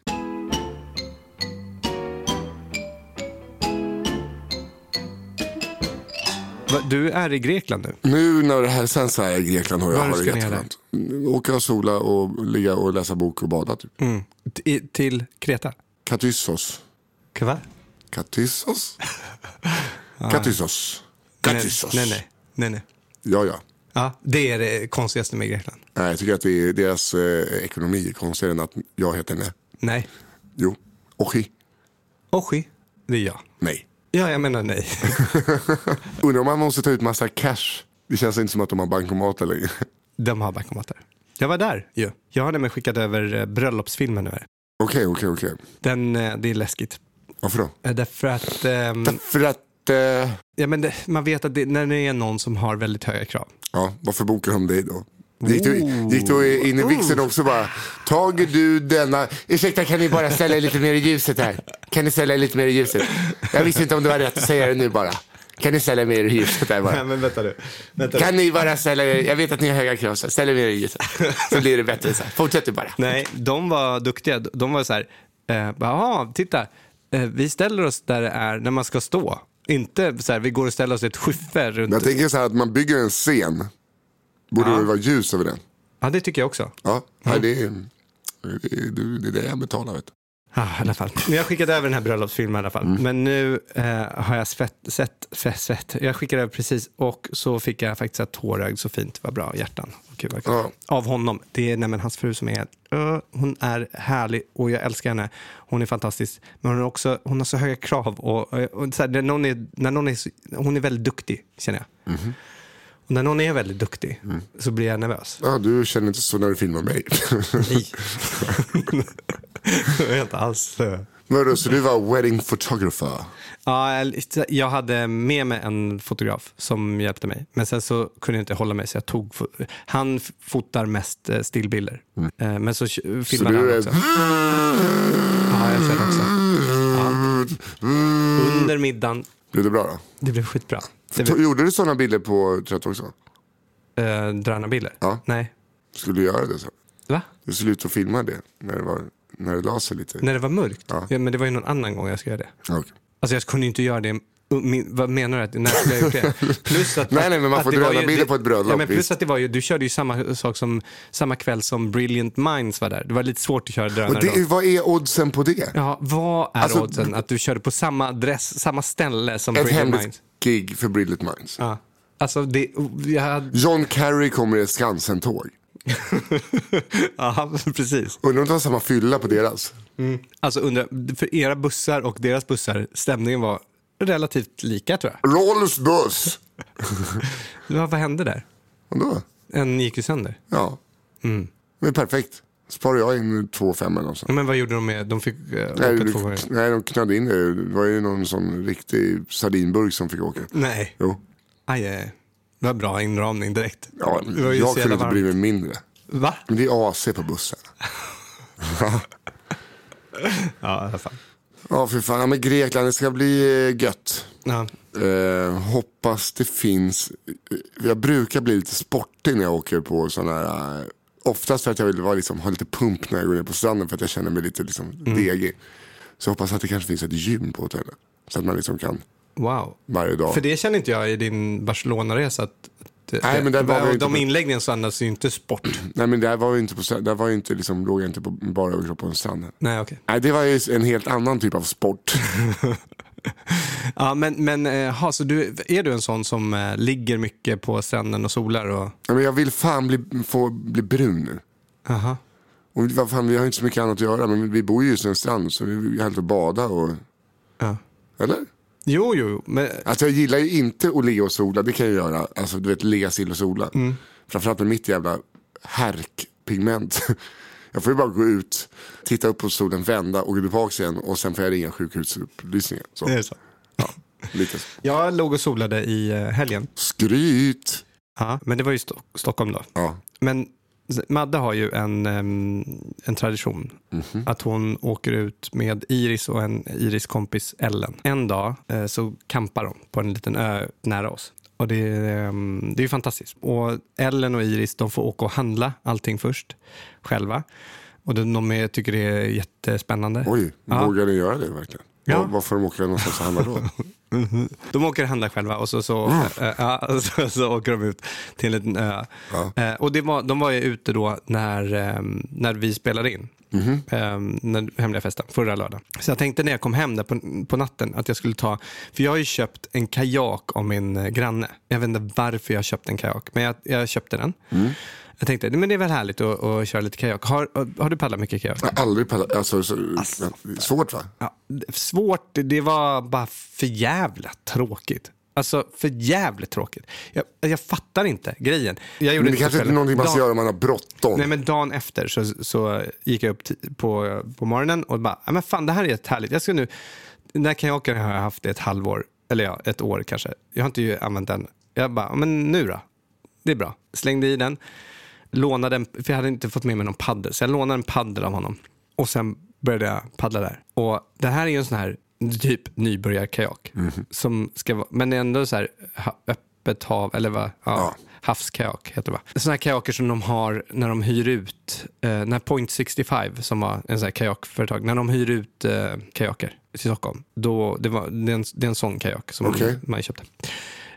Speaker 2: Va, Du är i Grekland nu?
Speaker 3: Nu när det här sänds så här i Grekland har jag
Speaker 2: Var
Speaker 3: har det
Speaker 2: ska ni
Speaker 3: jätteskönt. Åka och sola och ligga och läsa bok och bada. Typ.
Speaker 2: Mm. T- i- till Kreta?
Speaker 3: Katyssos.
Speaker 2: Kva?
Speaker 3: Katyssos? Katyssos. Katyssos.
Speaker 2: Nej, nej, nej. nej.
Speaker 3: Ja, ja.
Speaker 2: Ja, det är det konstigaste med Grekland.
Speaker 3: Nej, jag tycker att det är, deras eh, ekonomi är konstigare än att jag heter Ne.
Speaker 2: Nej.
Speaker 3: Jo. Ochi.
Speaker 2: Oshi, det är jag.
Speaker 3: Nej.
Speaker 2: Ja, jag menar nej.
Speaker 3: Undrar om man måste ta ut massa cash. Det känns inte som att de har bankomater längre.
Speaker 2: De har bankomater. Jag var där ju. Jag har nämligen skickat över eh, bröllopsfilmen nu. här.
Speaker 3: Okej, okej, okej.
Speaker 2: Den, eh, det är läskigt.
Speaker 3: Varför då?
Speaker 2: Eh, Därför att ehm,
Speaker 3: För att... Eh,
Speaker 2: ja, men det, man vet att det, när det är någon som har väldigt höga krav.
Speaker 3: ja, varför bokar de dig då? Gick du, gick du in i vixen också bara, tager du denna, ursäkta kan ni bara ställa er lite mer i ljuset här? Kan ni ställa er lite mer i ljuset? Jag visste inte om det var rätt att säga det nu bara. Kan ni ställa er mer i ljuset här bara?
Speaker 2: men vänta du.
Speaker 3: Kan ni bara ställa er, jag vet att ni har höga krav, så ställ er mer i ljuset. Så blir det bättre så här. Fortsätt du bara.
Speaker 2: Nej, de var duktiga. De var så här, eh, bara, "Jaha, titta, eh, vi ställer oss där det är när man ska stå. Inte så här, vi går och ställer oss i ett skyffe runt.
Speaker 3: Jag tänker så här att man bygger en scen, borde det vara ljus över den?
Speaker 2: Ja, det tycker jag också.
Speaker 3: Ja, nej, det, är, det, är, det är det jag betalar. Vet du.
Speaker 2: Ja, Ah, i alla fall. Men jag skickade över den här bröllopsfilmen i alla fall. Men nu eh, har jag svett, sett, svett, svett. Jag skickade över precis och så fick jag faktiskt ett tårögd. Så fint, vad bra, hjärtan. Gud, vad kul.
Speaker 3: Ja.
Speaker 2: Av honom. Det är nämligen hans fru som är, Ö, hon är härlig och jag älskar henne. Hon är fantastisk. Men hon, är också, hon har så höga krav. Och, eh, och så här, när någon är, när någon är, så- hon är väldigt duktig, känner jag. Och när någon är väldigt duktig så blir jag nervös.
Speaker 3: Ja, du känner inte så när du filmar mig.
Speaker 2: Nej. jag är inte alls... eh,
Speaker 3: Vadå, så du var wedding photographer?
Speaker 2: Ja, jag- jag hade med mig en fotograf som hjälpte mig. Men sen så kunde jag inte hålla mig så jag tog... fo- Han f- fotar mest eh, stillbilder. Eh, Men så k-
Speaker 3: Mm. Så
Speaker 2: filmade
Speaker 3: du
Speaker 2: han
Speaker 3: är...
Speaker 2: också. Ja, jag ser det också. Under middagen.
Speaker 3: Mm. Blev det bra då?
Speaker 2: Det blev skitbra. Det
Speaker 3: To-
Speaker 2: blev
Speaker 3: Gjorde du sådana bilder på Trött också?
Speaker 2: eh, drönarbilder.
Speaker 3: Ja.
Speaker 2: Nej.
Speaker 3: Skulle du göra det så?
Speaker 2: Va?
Speaker 3: Du skulle ut och filma det när det, var, när det la sig lite?
Speaker 2: När det var mörkt?
Speaker 3: Ja.
Speaker 2: Ja. men det var ju någon annan gång jag skulle göra det.
Speaker 3: Ja, okej.
Speaker 2: Alltså jag kunde ju inte göra det. Min, vad menar du? Att, när skulle jag gjort det? Plus att,
Speaker 3: Nej, nej, men man
Speaker 2: att
Speaker 3: får
Speaker 2: det var ju-
Speaker 3: drönarbilder
Speaker 2: det-
Speaker 3: på ett bröllop,
Speaker 2: Ja, men plus
Speaker 3: visst.
Speaker 2: att det var ju, du körde ju samma sak som samma kväll som Brilliant Minds var där. Det var lite svårt att köra drönare
Speaker 3: Och det,
Speaker 2: då.
Speaker 3: vad är oddsen på det?
Speaker 2: Ja, vad är
Speaker 3: Alltså-
Speaker 2: oddsen att du körde på samma adress, samma ställe som
Speaker 3: Ett
Speaker 2: Brilliant
Speaker 3: hemligt
Speaker 2: Minds?
Speaker 3: gig för Brilliant Minds.
Speaker 2: Ja. Alltså det, jag hade,
Speaker 3: John Kerry kommer i ett Skansen-tåg.
Speaker 2: ja precis.
Speaker 3: Undrar om det var samma fylla på deras?
Speaker 2: Alltså undrar, för era bussar och deras bussar, stämningen var relativt lika tror jag.
Speaker 3: Rolls buss!
Speaker 2: Vad, vad hände där?
Speaker 3: Vadå?
Speaker 2: En gick ju sönder.
Speaker 3: Ja. Mm. Det är perfekt. Sparar jag in två femmor och så.
Speaker 2: Ja, Men vad gjorde de med, de fick eh,
Speaker 3: Nej,
Speaker 2: Mm. åka två
Speaker 3: du,
Speaker 2: gånger?
Speaker 3: nej, de knödde in det. Det var ju någon sån riktig sardinburk som fick åka.
Speaker 2: Nej.
Speaker 3: Jo.
Speaker 2: Aj, aj, aj. Det var bra inramning direkt.
Speaker 3: Ja,
Speaker 2: det var ju
Speaker 3: jag
Speaker 2: så jävla
Speaker 3: kunde inte bry
Speaker 2: varmt.
Speaker 3: mig mindre.
Speaker 2: Va?
Speaker 3: Men det är AC på bussen.
Speaker 2: Ja, i alla fall.
Speaker 3: Ja, för fan. Ja, Men Grekland, det ska bli eh, gött.
Speaker 2: Ja.
Speaker 3: Eh, hoppas det finns. Jag brukar bli lite sportig när jag åker på sådana här. eh, Oftast för att jag vill vara, liksom, ha lite pump när jag går ner på stranden för att jag känner mig lite liksom, degig. Så jag hoppas att det kanske finns ett gym på hotellet. Så att man liksom kan
Speaker 2: Wow.
Speaker 3: varje dag.
Speaker 2: För det kände inte jag i din Barcelona-resa. Att, att-
Speaker 3: Nej, men där var vi
Speaker 2: och
Speaker 3: inte
Speaker 2: de
Speaker 3: på-
Speaker 2: inläggen så andas ju inte sport.
Speaker 3: Nej men där var jag inte på, strand- där var jag inte liksom, låg jag inte på bara överkropp på en strand.
Speaker 2: Nej, okej.
Speaker 3: Nej det var ju en helt annan typ av sport.
Speaker 2: Ja, men, men eh, ha, så du, är du en sån som eh, ligger mycket på stranden och solar? Och,
Speaker 3: Nej, men jag vill fan bli, få bli brun nu.
Speaker 2: aha.
Speaker 3: Och vad fan, vi har inte så mycket annat att göra men vi bor ju just en strand så vi vill ju hellre bada och
Speaker 2: Ja.
Speaker 3: Eller?
Speaker 2: Jo, jo, jo, men
Speaker 3: Alltså jag gillar ju inte att le och sola, det kan jag göra. Alltså du vet, le, sill och sola.
Speaker 2: Mm.
Speaker 3: Framförallt med mitt jävla härkpigment. Jag får ju bara gå ut, titta upp på solen, vända och gå tillbaka igen och sen får jag ringa sjukhusupplysningen. Så,
Speaker 2: det är så.
Speaker 3: lite så.
Speaker 2: Jag låg och solade i eh, helgen.
Speaker 3: Skryt!
Speaker 2: Ja, men det var ju Sto- Stockholm då.
Speaker 3: Ja,
Speaker 2: Men Madde har ju en, ehm, en tradition.
Speaker 3: Mhm.
Speaker 2: Att hon åker ut med Iris och en Iris-kompis Ellen. En dag eh, så kampar de på en liten ö nära oss. Och det, är, ehm, det är ju fantastiskt. Och Ellen och Iris de får åka och handla allting först själva. Och de, de är, tycker det är jättespännande.
Speaker 3: oj,
Speaker 2: Ja.
Speaker 3: vågar ni göra det verkligen?
Speaker 2: Ja.
Speaker 3: Var, varför de åker någonstans och handlar då?
Speaker 2: De åker och handlar själva och så, så, eh, ja, så, så åker de ut till en liten ö. Eh, och det var, de var ju ute då när, eh, när vi spelade in. Eh, när, hemliga festen, förra lördagen. Så jag tänkte när jag kom hem där på, på natten att jag skulle ta, för jag har ju köpt en kajak av min eh, granne. Jag vet inte varför jag köpte en kajak, men jag, jag köpte den. Jag tänkte, "Nej, men det är väl härligt att, att köra lite kajak. Har, har du paddlat mycket kajak?
Speaker 3: Jag har aldrig pallat, alltså, så, svårt va?
Speaker 2: Ja, svårt, det var bara för jävla tråkigt. Alltså för jävligt tråkigt. Jag, jag fattar inte grejen. Jag gjorde
Speaker 3: Men det kanske inte är
Speaker 2: själv.
Speaker 3: någonting man ska
Speaker 2: Dagen-
Speaker 3: göra om man har bråttom.
Speaker 2: Nej men dagen efter så, så gick jag upp ti- på, på morgonen och bara, "Ja, men fan det här är ett härligt. Jag ska nu, den här kajaken har jag haft i ett halvår, eller ja, ett år kanske. Jag har inte ju använt den. Jag bara, "Ja, men nu då? Det är bra. Slängde i den, lånade en, för jag hade inte fått med mig någon paddel, så jag lånade en paddel av honom. Och sen började jag paddla där. Och det här är ju en sån här typ nybörjarkajak. Som ska vara, men ändå så här ha- öppet hav, eller vad? ja. Havskajak heter det va? Såna här kajaker som de har när de hyr ut, eh, när Point 65 som var en sån här kajakföretag, när de hyr ut eh, kajaker till Stockholm, då, det, var, det, är en, det är en sån kajak som
Speaker 3: Okej.
Speaker 2: man köpte.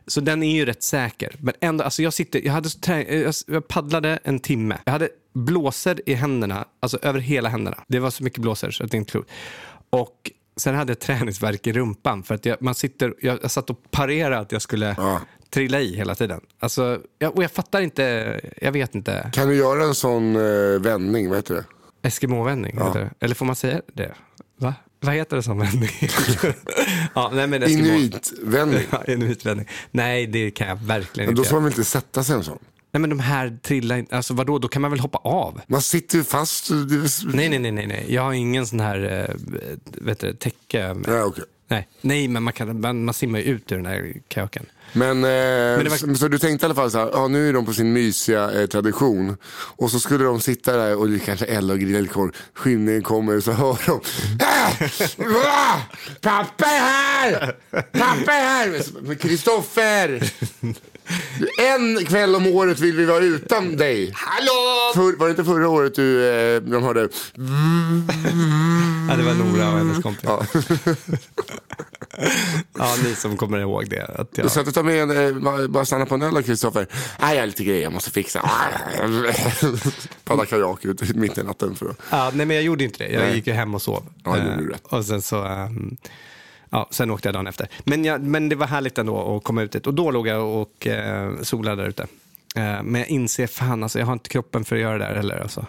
Speaker 2: Så den är ju rätt säker. Men ändå, alltså jag, sitter, jag, hade så trä- eh, jag s- jag paddlade en timme. Jag hade blåser i händerna, alltså över hela händerna. Det var så mycket blåser så att det inte klokt. Och sen hade jag träningsvärk i rumpan för att jag, man sitter, jag, jag satt och parerade att jag skulle
Speaker 3: Ja.
Speaker 2: trilla i hela tiden. Alltså, jag, och jag fattar inte, jag vet inte.
Speaker 3: Kan du göra en sån eh, vändning, vad heter det?
Speaker 2: Eskimo-vändning, heter det. Eller får man säga det? Va? Vad heter det som vändning? ja, nej, men Eskimo-
Speaker 3: Inuitvändning.
Speaker 2: Ja, Inuitvändning. Nej, det kan jag verkligen
Speaker 3: Men då
Speaker 2: inte
Speaker 3: ska
Speaker 2: göra.
Speaker 3: man väl inte sätta sig en sån?
Speaker 2: Nej, men de här trillar inte. Alltså vadå, då kan man väl hoppa av?
Speaker 3: Man sitter ju fast. Nej.
Speaker 2: Nej, nej, nej, nej, nej. Jag har ingen sån här, eh, vet du, täcke över mig.
Speaker 3: Nej, okej.
Speaker 2: Nej, nej, men man, kan, man, man simmar ju ut ur den här kajaken.
Speaker 3: Men, eh,
Speaker 2: det var-
Speaker 3: så, så du tänkte i alla fall så här, ja, nu är de på sin mysiga eh, tradition. Och så skulle de sitta där och dricka kanske eld och grillkorv. Skymningen kommer och så hör de. "Äh! Ah! Pappa är här! Pappa är här! Men Kristoffer! En kväll om året vill vi vara utan dig. Hallå! För, var det inte förra året du, eh, de hörde?
Speaker 2: Ja, det var Nora och hennes kompis. Ja. ni som kommer ihåg det. Att jag...
Speaker 3: Så att du tar med en, eh, bara- bara stanna på en öl då, Kristoffer. Nej, jag har lite grejer jag måste fixa. Paddla kajak ut mitt i natten. För att...
Speaker 2: Ja, nej, men jag gjorde inte det. Jag
Speaker 3: Nej.
Speaker 2: gick ju hem och sov.
Speaker 3: Ja, det gjorde
Speaker 2: Eh,
Speaker 3: du rätt.
Speaker 2: och sen så... ehm, Ja, sen åkte jag dagen efter. Men, jag, men det var härligt ändå att komma ut dit. Och då låg jag och eh, solade där ute. Eh, men jag inser, fan alltså, jag har inte kroppen för att göra det där heller. Alltså.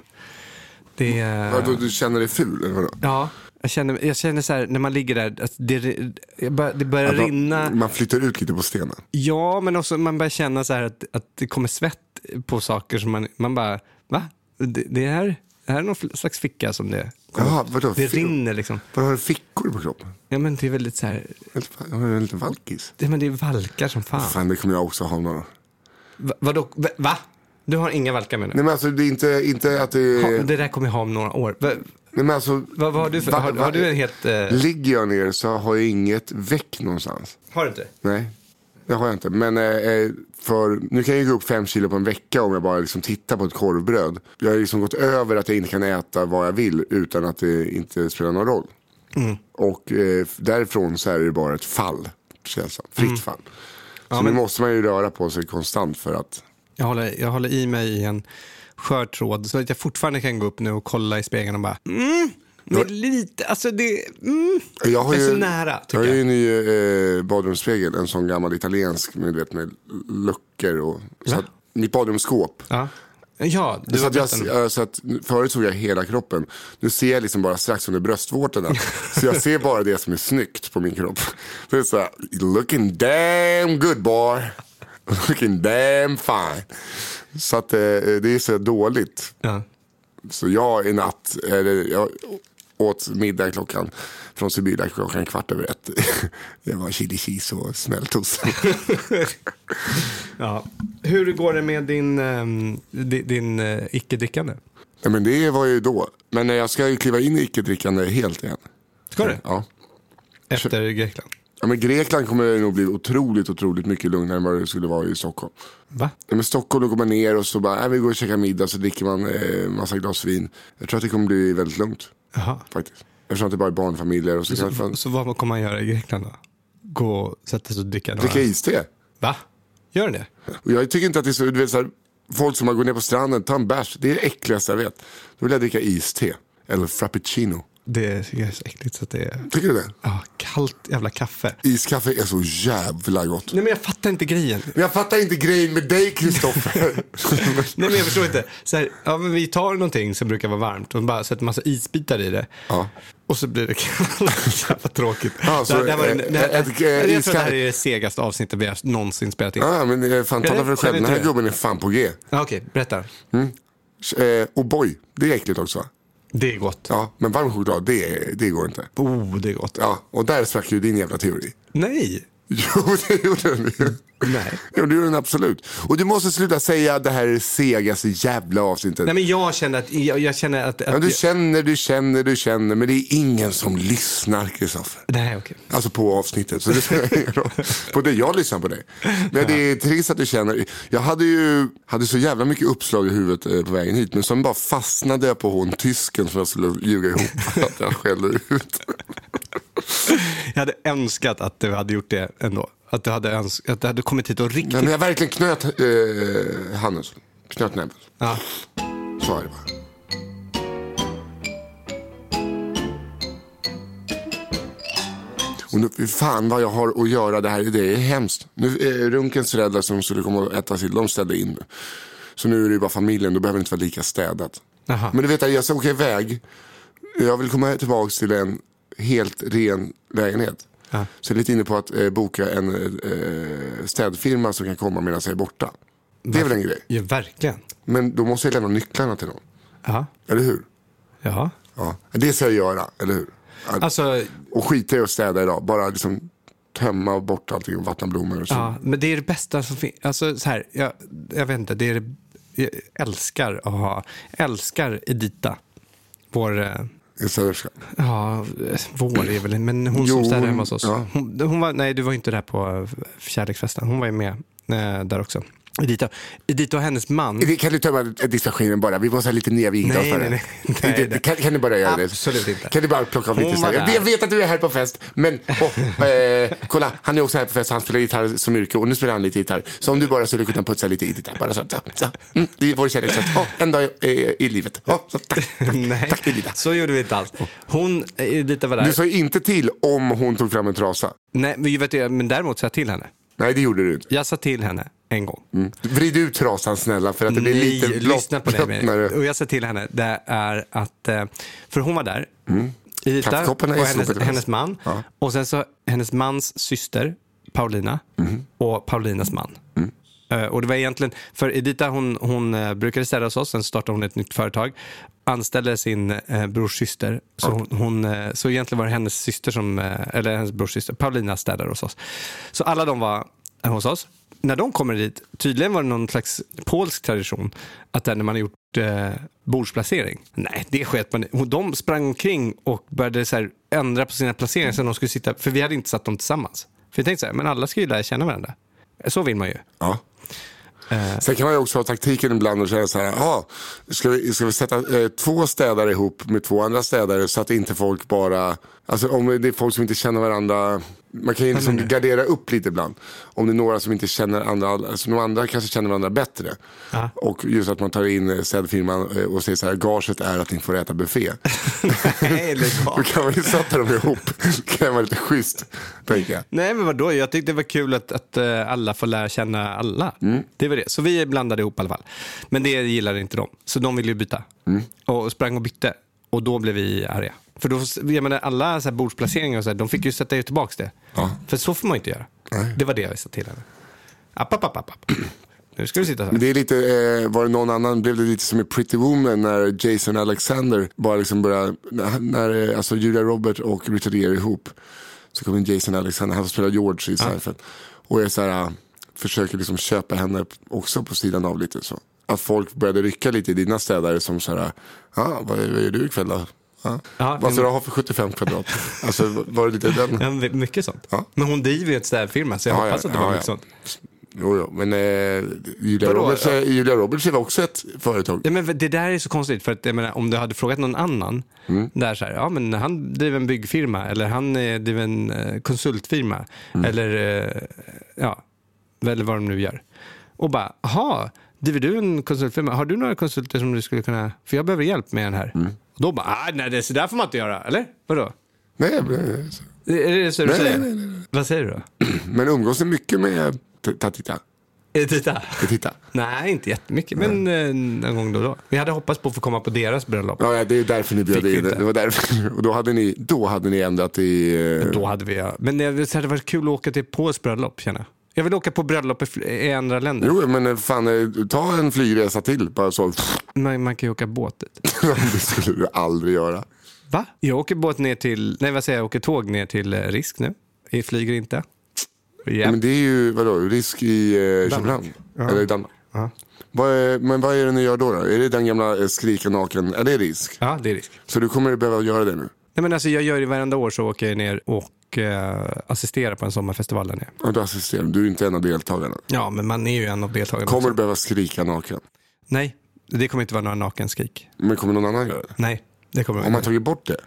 Speaker 2: Det, eh,
Speaker 3: Vadå, du känner dig ful? Eller vadå?
Speaker 2: Ja, jag känner, jag känner så här, när man ligger där, att det, jag bör, det börjar
Speaker 3: Att man-
Speaker 2: rinna.
Speaker 3: Alltså, Man flyttar ut lite på stenen.
Speaker 2: Ja, men också man börjar känna så här att, att det kommer svett på saker som man, man bara, va? Det, det, här, det här är någon fl- slags ficka som det kommer.
Speaker 3: Jaha, vadå?
Speaker 2: det
Speaker 3: Fil-
Speaker 2: rinner liksom.
Speaker 3: Vadå, har du fickor på kroppen?
Speaker 2: Ja, men det är väldigt så här,
Speaker 3: Eller fan, Har du en liten valkis?
Speaker 2: det, men det är valkar som fan.
Speaker 3: Fan, det kommer jag också ha några.
Speaker 2: Va, vadå, va, va? Du har inga valkar menar du?
Speaker 3: Nej men alltså det är inte, inte att det
Speaker 2: Ha,
Speaker 3: är...
Speaker 2: det där kommer jag ha om några år. Va,
Speaker 3: Nej, men alltså,
Speaker 2: vad har du för- har- har du en helt, eh,
Speaker 3: Ligger jag ner så har jag inget väck någonstans.
Speaker 2: har du inte det?
Speaker 3: Nej, det har jag inte. Men eh, eh, för, nu kan jag ju gå upp fem kilo på en vecka om jag bara liksom tittar på ett korvbröd. Jag har liksom gått över att jag inte kan äta vad jag vill utan att det inte spelar någon roll.
Speaker 2: Mm.
Speaker 3: Och eh, därifrån så är det bara ett fall, känns som. Fritt
Speaker 2: Mm.
Speaker 3: fall. Så nu måste man ju röra på sig konstant för att
Speaker 2: Jag håller, jag håller i mig i en skör tråd så att jag fortfarande kan gå upp nu och kolla i spegeln och bara, mm, men lite, alltså det, mm.
Speaker 3: Jag har
Speaker 2: Det är
Speaker 3: ju,
Speaker 2: så nära, tycker
Speaker 3: jag. har ju
Speaker 2: jag.
Speaker 3: en ny eh, badrumsspegel, en sån gammal italiensk med, du vet, med luckor och så att, mitt badrumsskåp
Speaker 2: Ja. Ja, du
Speaker 3: Så
Speaker 2: var
Speaker 3: att jag,
Speaker 2: vatten.
Speaker 3: eh, så att förut såg jag hela kroppen. Nu ser jag liksom bara strax under bröstvårtorna. så jag ser bara det som är snyggt på min kropp. Så det är så här, looking damn good boy. Looking damn fine. Så att eh, det är så dåligt.
Speaker 2: Ja.
Speaker 3: Så jag i natt, eller jag åt middag klockan från Sibylla klockan kvart över ett. Det var chili cheese och smältost.
Speaker 2: Ja. Hur går det med din, ehm, di- din eh, icke-drickande?
Speaker 3: Nej, men det var ju då. Men eh, jag ska ju kliva in i icke-drickande helt igen.
Speaker 2: Ska du?
Speaker 3: Ja.
Speaker 2: Efter Grekland?
Speaker 3: Ja, men Grekland kommer nog bli otroligt, otroligt mycket lugnare än vad det skulle vara i Stockholm.
Speaker 2: Va?
Speaker 3: Ja, men Stockholm då går man ner och så bara, äh, vi går och käkar middag så dricker man eh, massa glas vin. Jag tror att det kommer bli väldigt lugnt
Speaker 2: Jaha.
Speaker 3: faktiskt. Eftersom att det bara är barnfamiljer och så,
Speaker 2: Så,
Speaker 3: kanske man
Speaker 2: så vad kommer man göra i Grekland då? Gå och sätta sig och dricka? några-
Speaker 3: dricka iste.
Speaker 2: Va? Gör den det?
Speaker 3: Och jag tycker inte att det är så, du vet så här, folk som har gått ner på stranden, ta en bärs, det är det äckligaste jag vet. Då vill jag dricka iste eller frappuccino.
Speaker 2: Det tycker jag är så äckligt så att det är...
Speaker 3: Tycker du det?
Speaker 2: Ja, kallt jävla kaffe.
Speaker 3: Iskaffe är så jävla gott.
Speaker 2: Nej men jag fattar inte grejen.
Speaker 3: Men jag fattar inte grejen med dig Kristoffer.
Speaker 2: Nej men jag förstår inte. Så här, ja, men vi tar någonting som brukar vara varmt och bara sätter massa isbitar i det.
Speaker 3: Ja.
Speaker 2: Och så blir det kallt. Jävla tråkigt.
Speaker 3: Ja, så,
Speaker 2: det, här- det här var,
Speaker 3: eh,
Speaker 2: det här,
Speaker 3: ett- ett-
Speaker 2: jag tror att det här
Speaker 3: iskall-
Speaker 2: är det segaste avsnittet vi har någonsin spelat in.
Speaker 3: Ja, men eh, fan tala för dig själv.
Speaker 2: Eller-
Speaker 3: Den här
Speaker 2: eller-
Speaker 3: gubben är fan på G. Mm.
Speaker 2: Ja, Okej, berätta.
Speaker 3: Eh, och boy, det är äckligt också.
Speaker 2: Det är gott.
Speaker 3: Ja, men varm choklad, det, det går inte.
Speaker 2: Oh, det är gott.
Speaker 3: Ja, och där sprack ju din jävla teori.
Speaker 2: Nej.
Speaker 3: Jo, det gjorde den ju.
Speaker 2: Nej.
Speaker 3: Jo, det gjorde den absolut. Och du måste sluta säga det här är det segaste jävla avsnittet.
Speaker 2: Nej men jag känner att, jag, jag känner att... att
Speaker 3: ja, du
Speaker 2: jag-
Speaker 3: känner, du känner, du känner, men det är ingen som lyssnar Kristoffer.
Speaker 2: Nej okej.
Speaker 3: Alltså på avsnittet. Så det spelar ingen roll. På det jag lyssnar på dig. Men det är trist att du känner. Jag hade ju hade så jävla mycket uppslag i huvudet eh, på vägen hit. Men sen bara fastnade jag på hon tysken som jag skulle ljuga ihop att jag skällde ut.
Speaker 2: Jag hade önskat att du hade gjort det ändå. Att du hade, öns- att du hade kommit hit och riktigt...
Speaker 3: Nej, men jag verkligen knöt eh, Hannes. Knöt näbben.
Speaker 2: Ja.
Speaker 3: Så är det bara. Och nu, fy fan vad jag har att göra det här, det är hemskt. Nu, eh, Runkens föräldrar som skulle komma och äta sill, de ställde in. Så nu är det ju bara familjen, då behöver det inte vara lika städat.
Speaker 2: Aha.
Speaker 3: Men du vet, jag ska åka iväg. Jag vill komma tillbaka till en helt ren lägenhet. Så jag är lite inne på att eh, boka en eh, städfirma som kan komma medan jag är borta. Det är väl en grej.
Speaker 2: ja, verkligen.
Speaker 3: Men då måste jag lämna nycklarna till någon.
Speaker 2: Ja.
Speaker 3: Eller hur?
Speaker 2: Ja.
Speaker 3: Ja. Det ska jag göra, eller hur? Att,
Speaker 2: Alltså,
Speaker 3: och skita i att städa idag. Bara liksom tömma bort allting och vattna blommor. Och så.
Speaker 2: ja, men det är det bästa som finns. Alltså, så här, jag, jag vet inte, det är det, jag älskar att ha, älskar Edita. Vår, eh,
Speaker 3: En städerska.
Speaker 2: ja, eh, vår är väl, men hon
Speaker 3: Jo,
Speaker 2: som städade
Speaker 3: hon-
Speaker 2: hemma hos oss.
Speaker 3: ja.
Speaker 2: Hon, hon var, nej, du var inte där på eh, kärleksfesten. Hon var ju med eh, där också. Edita, Edita och hennes man.
Speaker 3: Det- Kan du tömma diskmaskinen bara? Vi måste ha lite nya vinglas
Speaker 2: Nej,
Speaker 3: för det.
Speaker 2: nej, nej. Nej,
Speaker 3: Det- det-
Speaker 2: nej.
Speaker 3: Kan, kan du bara göra det?
Speaker 2: Absolut inte.
Speaker 3: Kan du bara plocka av
Speaker 2: Hon
Speaker 3: lite
Speaker 2: var
Speaker 3: städare?
Speaker 2: där.
Speaker 3: Jag vet att du är här på fest, men åh, eh, kolla, han är också här på fest, han spelar gitarr som yrke och nu spelar han lite gitarr. Så om du bara skulle kunna putsa lite i det där, bara så. så, så. Mm, det är vår kärleksfest, Åh, en dag eh, i livet. Åh, så, tack, tack,
Speaker 2: Nej,
Speaker 3: tack Elida.
Speaker 2: så gjorde vi inte alls. Hon, eh, Edita var där.
Speaker 3: Du sa ju inte till om hon tog fram en trasa.
Speaker 2: Nej, men, ju vet jag, men däremot sa jag till henne.
Speaker 3: Nej, det gjorde du inte.
Speaker 2: Jag sa till henne en gång.
Speaker 3: Mm. Vrid ut trasan snälla för att det blir
Speaker 2: Nej,
Speaker 3: lite blott,
Speaker 2: lyssna på det. Med.
Speaker 3: blötnare.
Speaker 2: Och jag sa till henne, det är att, eh, för hon var där, Edita och
Speaker 3: Kaffekopparna Mm. är
Speaker 2: hennes,
Speaker 3: snopet i
Speaker 2: hennes
Speaker 3: väst.
Speaker 2: man.
Speaker 3: Ja.
Speaker 2: Och sen så hennes mans syster, Paulina,
Speaker 3: Mm-hmm.
Speaker 2: och Paulinas man.
Speaker 3: Mm.
Speaker 2: Eh, Och det var egentligen, för Edita hon, hon eh, brukade städa hos oss, sen startade hon ett nytt företag, anställde sin eh, brors syster. Så, hon, hon, eh, så egentligen var det hennes syster som, eh, eller hennes brors syster, Paulina städade hos oss. Så alla de var eh, hos oss. När de kommer dit, tydligen var det någon slags polsk tradition att eh, när man har gjort eh, bordsplacering, nej det sket man i. Och De sprang omkring och började så här, ändra på sina placeringar sen de skulle sitta, för vi hade inte satt dem tillsammans. För vi tänkte så här, men alla ska ju lära känna varandra. Så vill man ju.
Speaker 3: Ja. Sen kan man ju också ha taktiken ibland och säga så här, ah, ska, vi, ska vi sätta eh, två städare ihop med två andra städare så att inte folk bara Alltså om det är folk som inte känner varandra. Man kan ju liksom gardera upp lite ibland. Om det är några som inte känner andra, alltså några andra kanske känner varandra bättre. Och just att man tar in eh, städfirman eh, och säger så här, gaget är att ni får äta buffé.
Speaker 2: Nej, lägg
Speaker 3: Då
Speaker 2: av.
Speaker 3: kan man ju sätta dem ihop. Det kan vara lite schysst, tänker jag.
Speaker 2: Nej, men vadå? Jag tyckte det var kul att, att eh, alla får lära känna alla.
Speaker 3: Mm.
Speaker 2: Det var det. Så vi blandade ihop i alla fall. Men det gillade inte de. Så de ville ju byta.
Speaker 3: Mm.
Speaker 2: Och sprang och bytte. Och då blev vi arga. För då, jag menar, alla så här bordsplaceringar och så här, de fick ju sätta tillbaka det. För så får man ju inte göra. Det var det jag sa till henne. App, app, app, app, app. Nu ska du sitta så
Speaker 3: Men
Speaker 2: här.
Speaker 3: det är lite, eh, var det någon annan, blev det lite som i Pretty Woman när Jason Alexander bara liksom började, när, när eh, alltså Julia Roberts och Richard Gere är ihop. Så kommer Jason Alexander, han som spelar George i Seinfeld. Och jag så här, eh, försöker liksom köpa henne också på sidan av lite så. Att folk började rycka lite i dina städare som så här, ah, vad, vad gör du ikväll då? Ah.
Speaker 2: Ja,
Speaker 3: vad ska
Speaker 2: men-
Speaker 3: du ha för 75 kvadrat? alltså var det lite den?
Speaker 2: Ja, men mycket sånt.
Speaker 3: Ja.
Speaker 2: Men hon driver ju ett städfirma, så jag
Speaker 3: Ja, ja,
Speaker 2: hoppas att det var
Speaker 3: ja,
Speaker 2: mycket
Speaker 3: ja.
Speaker 2: sånt.
Speaker 3: Jo, jo, men eh, Julia,
Speaker 2: Vadå?
Speaker 3: Roberts,
Speaker 2: Ja.
Speaker 3: Julia Roberts är väl också ett företag?
Speaker 2: Ja, men det där är så konstigt, för att, jag menar, om du hade frågat någon annan,
Speaker 3: Mm.
Speaker 2: där så här, ja, men han driver en byggfirma eller han eh, driver en eh, konsultfirma
Speaker 3: Mm.
Speaker 2: eller, eh, ja, eller vad de nu gör. Och bara, jaha, driver du en konsultfirma? Har du några konsulter som du skulle kunna, för jag behöver hjälp med den här.
Speaker 3: Mm.
Speaker 2: Och då bara, ah, nej, det, så där får man inte göra, eller? Vadå?
Speaker 3: Nej, men-
Speaker 2: Är det så du
Speaker 3: Nej,
Speaker 2: säger?
Speaker 3: nej, nej,
Speaker 2: Vad säger du då?
Speaker 3: Men umgås ni mycket med T- Tatita?
Speaker 2: Är det titta?
Speaker 3: Tatita?
Speaker 2: Nej, inte jättemycket, men eh, någon gång då och då. Vi hade hoppats på att få komma på deras bröllop.
Speaker 3: Ja, ja, det är därför ni bjöd
Speaker 2: Fick
Speaker 3: in.
Speaker 2: inte.
Speaker 3: Det var därför. Och då hade ni, då hade ni ändrat i... eh,
Speaker 2: Då hade vi, men det hade varit kul att åka till Pauls bröllop känner jag. Jag vill åka på bröllop i, fl- i andra länder.
Speaker 3: Jo, men eh, fan, eh, ta en flygresa till. Bara så.
Speaker 2: Men man kan ju åka båt dit.
Speaker 3: det skulle du aldrig göra.
Speaker 2: Va? Jag åker båt ner till, nej vad säger jag, jag åker tåg ner till eh, Risk nu. Jag flyger inte. Ja.
Speaker 3: Men det är ju, vadå, risk i eh, Köpenhamn? Eller i Danmark? Vad är, men vad är det ni gör då? då? Är det den gamla eh, skrika naken? Är det risk?
Speaker 2: ja, det är risk.
Speaker 3: Så du kommer behöva göra det nu?
Speaker 2: Nej men alltså jag gör det varenda år så åker jag ner och eh, assisterar på en sommarfestival där nere.
Speaker 3: Och du assisterar, du är inte en av deltagarna.
Speaker 2: Ja, men man är ju en av deltagarna.
Speaker 3: Kommer
Speaker 2: också.
Speaker 3: du behöva skrika naken?
Speaker 2: Nej, det kommer inte vara några nakenskrik.
Speaker 3: Men kommer någon annan göra det?
Speaker 2: Nej, det kommer
Speaker 3: Om man tagit bort det?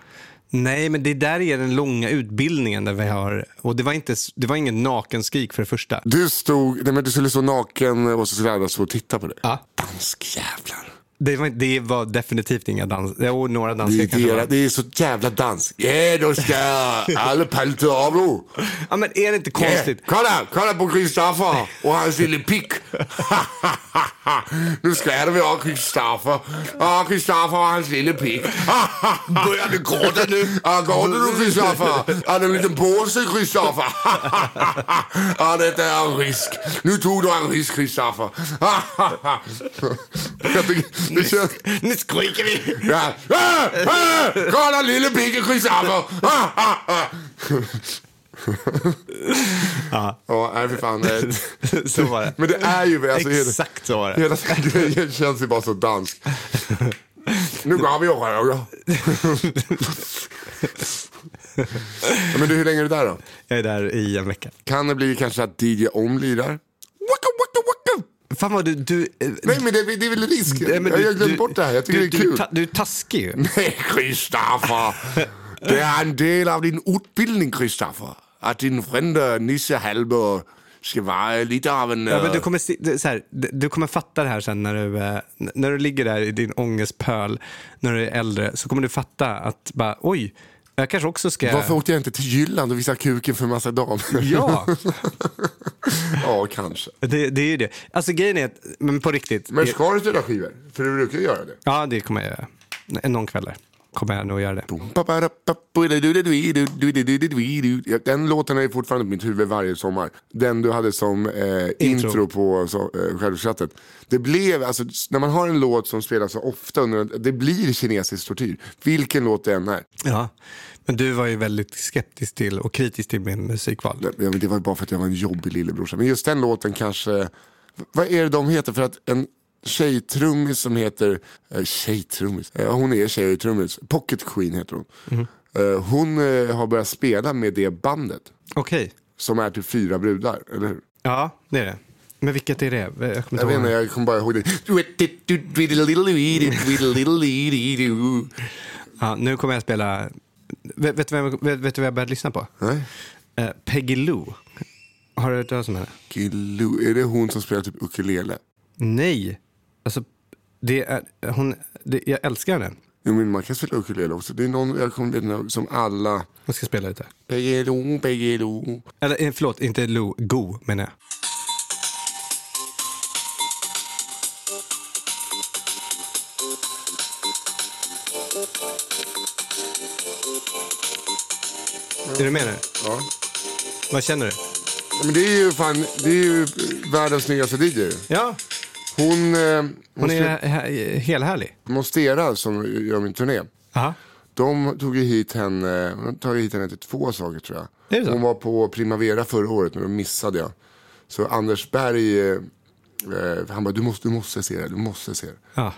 Speaker 2: Nej, men det där är den långa utbildningen där vi har... Och det var, inte, det var ingen nakenskrik för det första.
Speaker 3: Du stod, nej men du skulle stå naken och så skulle alla stå och titta på dig.
Speaker 2: Ja.
Speaker 3: Dansk jävlar.
Speaker 2: Det var, det var definitivt inga dans... Och några
Speaker 3: Det
Speaker 2: danser
Speaker 3: är,
Speaker 2: kanske
Speaker 3: dera,
Speaker 2: var.
Speaker 3: det är så jävla dans. Ja, då ska alla palter av då.
Speaker 2: Ja, men är det inte
Speaker 3: Ja,
Speaker 2: konstigt?
Speaker 3: Eh, kolla, kolla på Kristoffer och hans lille pick. nu skrattar vi åt Kristoffer. Åh, Kristoffer och hans lille pick. Börjar det gråta nu? Ja, gråter du Kristoffer? Har du en liten påse Kristoffer? ja, detta är en risk. Nu tog du en risk Kristoffer. Jag tycker- det känns-
Speaker 2: Nu skriker vi!
Speaker 3: Ja. Ah, ah, Kolla lille pigge Kristoffer! Ah, ah, ah. Ja, nej fy fan. eh,
Speaker 2: Så var det.
Speaker 3: Men det är ju... Alltså, hela-
Speaker 2: Exakt så var det.
Speaker 3: Hela grejen känns ju bara så dansk. Nu går vi och rör. Ja, Men du, hur länge är du där då?
Speaker 2: Jag är där i en vecka.
Speaker 3: Kan det bli kanske att DJ Om lirar? Waka, waka, waka.
Speaker 2: Fan vad du... du eh,
Speaker 3: Nej men det, det är väl risk.
Speaker 2: nej, men
Speaker 3: jag
Speaker 2: du-
Speaker 3: har glömt
Speaker 2: du-
Speaker 3: bort det här. Jag tycker
Speaker 2: du,
Speaker 3: det är kul.
Speaker 2: Du, ta- du är taskig ju.
Speaker 3: Nej, Kristoffer. Det är en del av din utbildning, Kristoffer. Att din frände Nisse Hallberg ska vara lite av en...
Speaker 2: Ja, men du,
Speaker 3: eh,
Speaker 2: kommer se, du, så här, du du kommer fatta det här sen när du, eh, n- när du ligger där i din ångestpöl, när du är äldre, så kommer du fatta att bara, oj, jag kanske också ska...
Speaker 3: Varför åkte jag inte till Jylland och visade kuken för en massa damer?
Speaker 2: Ja,
Speaker 3: ja, kanske.
Speaker 2: det, det är ju det. Alltså grejen är, att- men på riktigt.
Speaker 3: Men ska du ställa skivor? För du brukar göra det.
Speaker 2: Ja, det kommer jag göra. N- Någon kväll där kommer jag nog göra det.
Speaker 3: Ja, Den låten är fortfarande på mitt huvud varje sommar. Den du hade som eh, intro. på så, eh, självchattet. Det blev, alltså, när man har en låt som spelas så ofta, under, det blir kinesisk tortyr. Vilken låt det än är.
Speaker 2: Ja. Men du var ju väldigt skeptisk till och kritisk till min musikval.
Speaker 3: Ja, men Det var ju bara för att jag var en jobbig lillebrorsa. Men just den låten kanske, vad är det de heter? För att en tjejtrummis som heter, eh, tjejtrummis, eh, hon är tjejtrummis, Pocket Queen heter hon. Eh, hon eh, har börjat spela med det bandet.
Speaker 2: Okej.
Speaker 3: Som är typ fyra brudar, eller hur?
Speaker 2: Ja, det är det. Men vilket är det? Jag kommer inte
Speaker 3: Jag vet
Speaker 2: ihåg.
Speaker 3: inte, jag kommer bara ihåg det.
Speaker 2: Ja, nu kommer jag spela Vet, vet, du vem, vet, vet du vad jag började lyssna på?
Speaker 3: Nej.
Speaker 2: Eh, Peggy Lou. Har du hört talas om henne?
Speaker 3: Gillo, är det hon som spelar typ ukulele?
Speaker 2: Nej. Alltså, det är, hon, det, jag älskar henne.
Speaker 3: Jo, men man kan spela ukulele också. Det är någon jag kommer att veta som alla...
Speaker 2: Hon ska spela lite.
Speaker 3: Pegelo, Pegelo.
Speaker 2: Eller eh, förlåt, inte Lou. Go menar jag. Är du med nu?
Speaker 3: Ja.
Speaker 2: Vad känner du?
Speaker 3: Men det är ju fan, det är ju världens snyggaste DJ.
Speaker 2: Ja,
Speaker 3: Hon, eh, hon,
Speaker 2: hon är
Speaker 3: skrev-
Speaker 2: he- helhärlig.
Speaker 3: Monstera som gör min turné.
Speaker 2: Aha.
Speaker 3: De tog ju hit henne, de har tagit hit henne till två saker tror jag.
Speaker 2: Är det så?
Speaker 3: Hon var på Primavera förra året men då missade jag. Så Anders Berg, eh, eh, han bara du måste, du måste se det, du måste se det.
Speaker 2: Ja.
Speaker 3: Jag,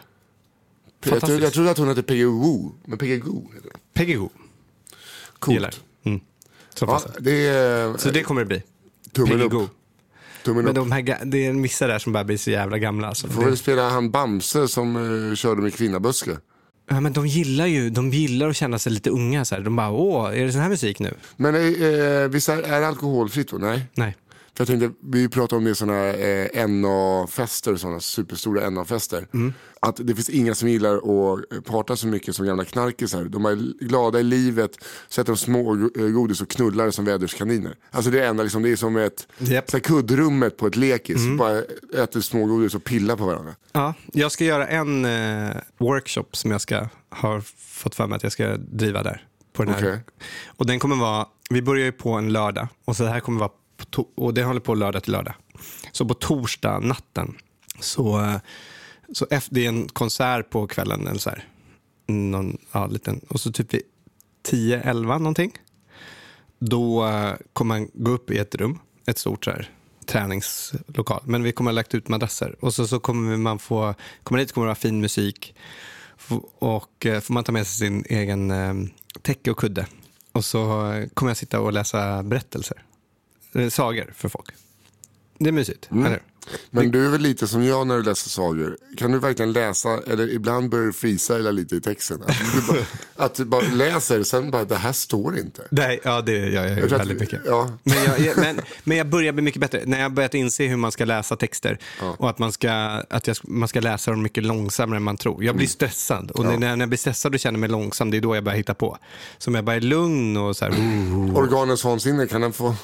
Speaker 2: Fantastiskt.
Speaker 3: trodde, jag trodde att hon hette Peggy Woo, men Peggy Goo heter det.
Speaker 2: Peggy Goo.
Speaker 3: Coolt.
Speaker 2: Gillar. Mm. Så,
Speaker 3: Ja,
Speaker 2: pass.
Speaker 3: det är
Speaker 2: så det kommer det bli.
Speaker 3: tummen
Speaker 2: Peggy
Speaker 3: upp.
Speaker 2: Goo.
Speaker 3: Tummen
Speaker 2: Men
Speaker 3: upp.
Speaker 2: de här, ga- det är vissa där som bara blir så jävla gamla. Alltså.
Speaker 3: Får väl spela han Bamse som eh, körde med kvinnaböske.
Speaker 2: Ja, men de gillar ju de gillar att känna sig lite unga. Så här. De bara, åh, är det sån här musik nu?
Speaker 3: Men eh, eh, visst är, är det alkoholfritt då? Nej.
Speaker 2: Nej.
Speaker 3: För jag tänkte, vi pratade om det sådana eh, NA-fester, sådana superstora NA-fester. Att det finns inga som gillar att eh, parta så mycket som gamla knarkisar. De är glada i livet, så äter de små eh, godis och knullar som väderskaniner. Alltså det är enda, liksom, det är som ett
Speaker 2: Japp.
Speaker 3: så här kuddrummet på ett lekis. Bara äter smågodis och pillar på varandra.
Speaker 2: Ja, jag ska göra en eh, workshop som jag ska, har fått för mig att jag ska driva där. På den här.
Speaker 3: Okej.
Speaker 2: Och den kommer vara, vi börjar ju på en lördag och så det här kommer vara, på to- och det håller på lördag till lördag. Så på torsdag natten, så, eh, så efter, det är en konsert på kvällen eller så här. Någon, ja, liten. Och så typ vid 10-11 någonting. Då eh, kommer man gå upp i ett rum, ett stort så här, träningslokal. Men vi kommer ha lagt ut madrasser. Och så, så kommer man få, kommer dit kommer det vara fin musik. F- Och eh, får man ta med sig sin egen eh, täcke och kudde. Och så eh, kommer jag sitta och läsa berättelser. Eh, sagor för folk. Det är mysigt,
Speaker 3: Mm.
Speaker 2: eller hur?
Speaker 3: Men du är väl lite som jag när du läser sagor. Kan du verkligen läsa, eller ibland börjar du freestyla lite i texten. Att du bara, att du bara läser, sen bara det här står inte.
Speaker 2: Nej, ja det gör jag ju
Speaker 3: tror att-
Speaker 2: väldigt mycket.
Speaker 3: ja.
Speaker 2: Men, jag, jag, men, men jag börjar bli mycket bättre. När jag har börjat inse hur man ska läsa texter och att, man ska, att jag, man ska läsa dem mycket långsammare än man tror. Jag blir stressad och när, när jag blir stressad och känner mig långsam, det är då jag börjar hitta på. Så om jag bara är lugn och så här...
Speaker 3: Organens vansinne, kan den få,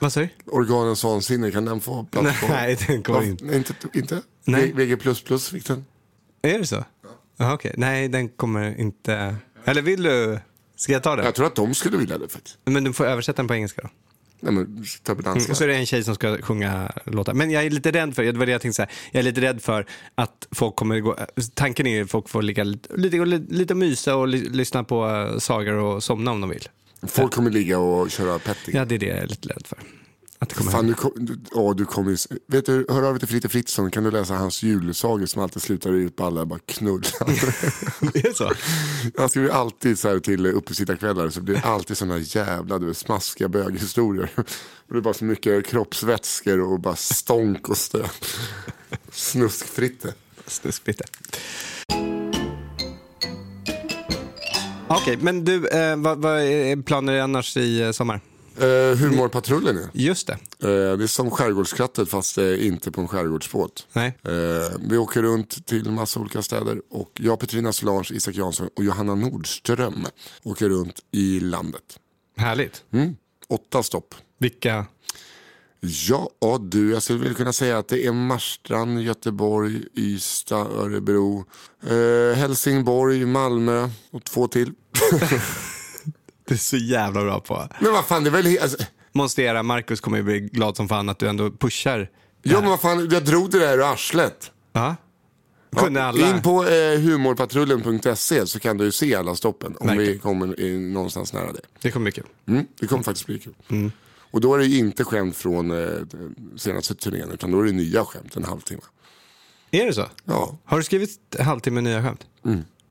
Speaker 2: Vad sa du?
Speaker 3: organens vansinne, kan den få plats på?
Speaker 2: Nej, den kommer inte.
Speaker 3: Nej, inte. Inte?
Speaker 2: Nej.
Speaker 3: Nej. VG++ fick den.
Speaker 2: Är det så? Ja. Okej, nej den kommer inte... Eller vill du? Ska jag ta den?
Speaker 3: Jag tror att de skulle vilja det faktiskt.
Speaker 2: Men du får översätta den på engelska då.
Speaker 3: Nej men, ta på danska.
Speaker 2: Mm, Och så är det en tjej som ska sjunga låtar. Men jag är lite rädd för, det var det jag tänkte säga, jag är lite rädd för att folk kommer gå, tanken är ju att folk får ligga lite, lite, lite och mysa och ly, lyssna på eh, sagor och somna om de vill.
Speaker 3: Folk kommer ligga och köra petting.
Speaker 2: Ja, det är det jag är lite rädd för. Att det kommer
Speaker 3: Fan,
Speaker 2: hända.
Speaker 3: du, kom, du, åh, du kommer ju- vet du, hör av dig till Fritte Fritzson, kan du läsa hans julsagor som alltid slutar ut på alla bara knullar.
Speaker 2: Är det så?
Speaker 3: Han skriver alltid så här till uppesittarkvällar så blir det alltid sådana jävla du vet, smaskiga böghistorier. Och det är bara så mycket kroppsvätskor och bara stånk och stön. Snuskfritte.
Speaker 2: Snuskbitter. Okej, men du, eh, vad, vad är planer annars i eh, sommar?
Speaker 3: Eh, hur mår patrullen? nu?
Speaker 2: Just det.
Speaker 3: Eh, det är som skärgårdskrattet fast det är inte på en skärgårdsbåt.
Speaker 2: Nej.
Speaker 3: Eh, vi åker runt till massa olika städer och jag, Petrina Solange, Isak Jansson och Johanna Nordström åker runt i landet.
Speaker 2: Härligt.
Speaker 3: Mm. Åtta stopp.
Speaker 2: Vilka?
Speaker 3: Ja och du, jag skulle vilja kunna säga att det är Marstrand, Göteborg, Ystad, Örebro, eh, Helsingborg, Malmö och två till.
Speaker 2: Du är så jävla bra på.
Speaker 3: Men vad fan, det är väl... he- Alltså,
Speaker 2: Monstera, Marcus kommer ju bli glad som fan att du ändå pushar.
Speaker 3: ja men vad fan, jag drog det där ur arslet.
Speaker 2: Ja.
Speaker 3: Ja,
Speaker 2: Kunde alla.
Speaker 3: In på eh, humorpatrullen.se så kan du ju se alla stoppen om vi
Speaker 2: Verkligen.
Speaker 3: kommer i, någonstans nära det.
Speaker 2: Det kommer bli kul.
Speaker 3: Mm, det kommer faktiskt bli kul.
Speaker 2: Mm.
Speaker 3: Och då är det ju inte skämt från eh, senaste turnén utan då är det nya skämt, en halvtimme.
Speaker 2: Är det så? Mm.
Speaker 3: Ja,
Speaker 2: Har du skrivit halvtimme nya skämt?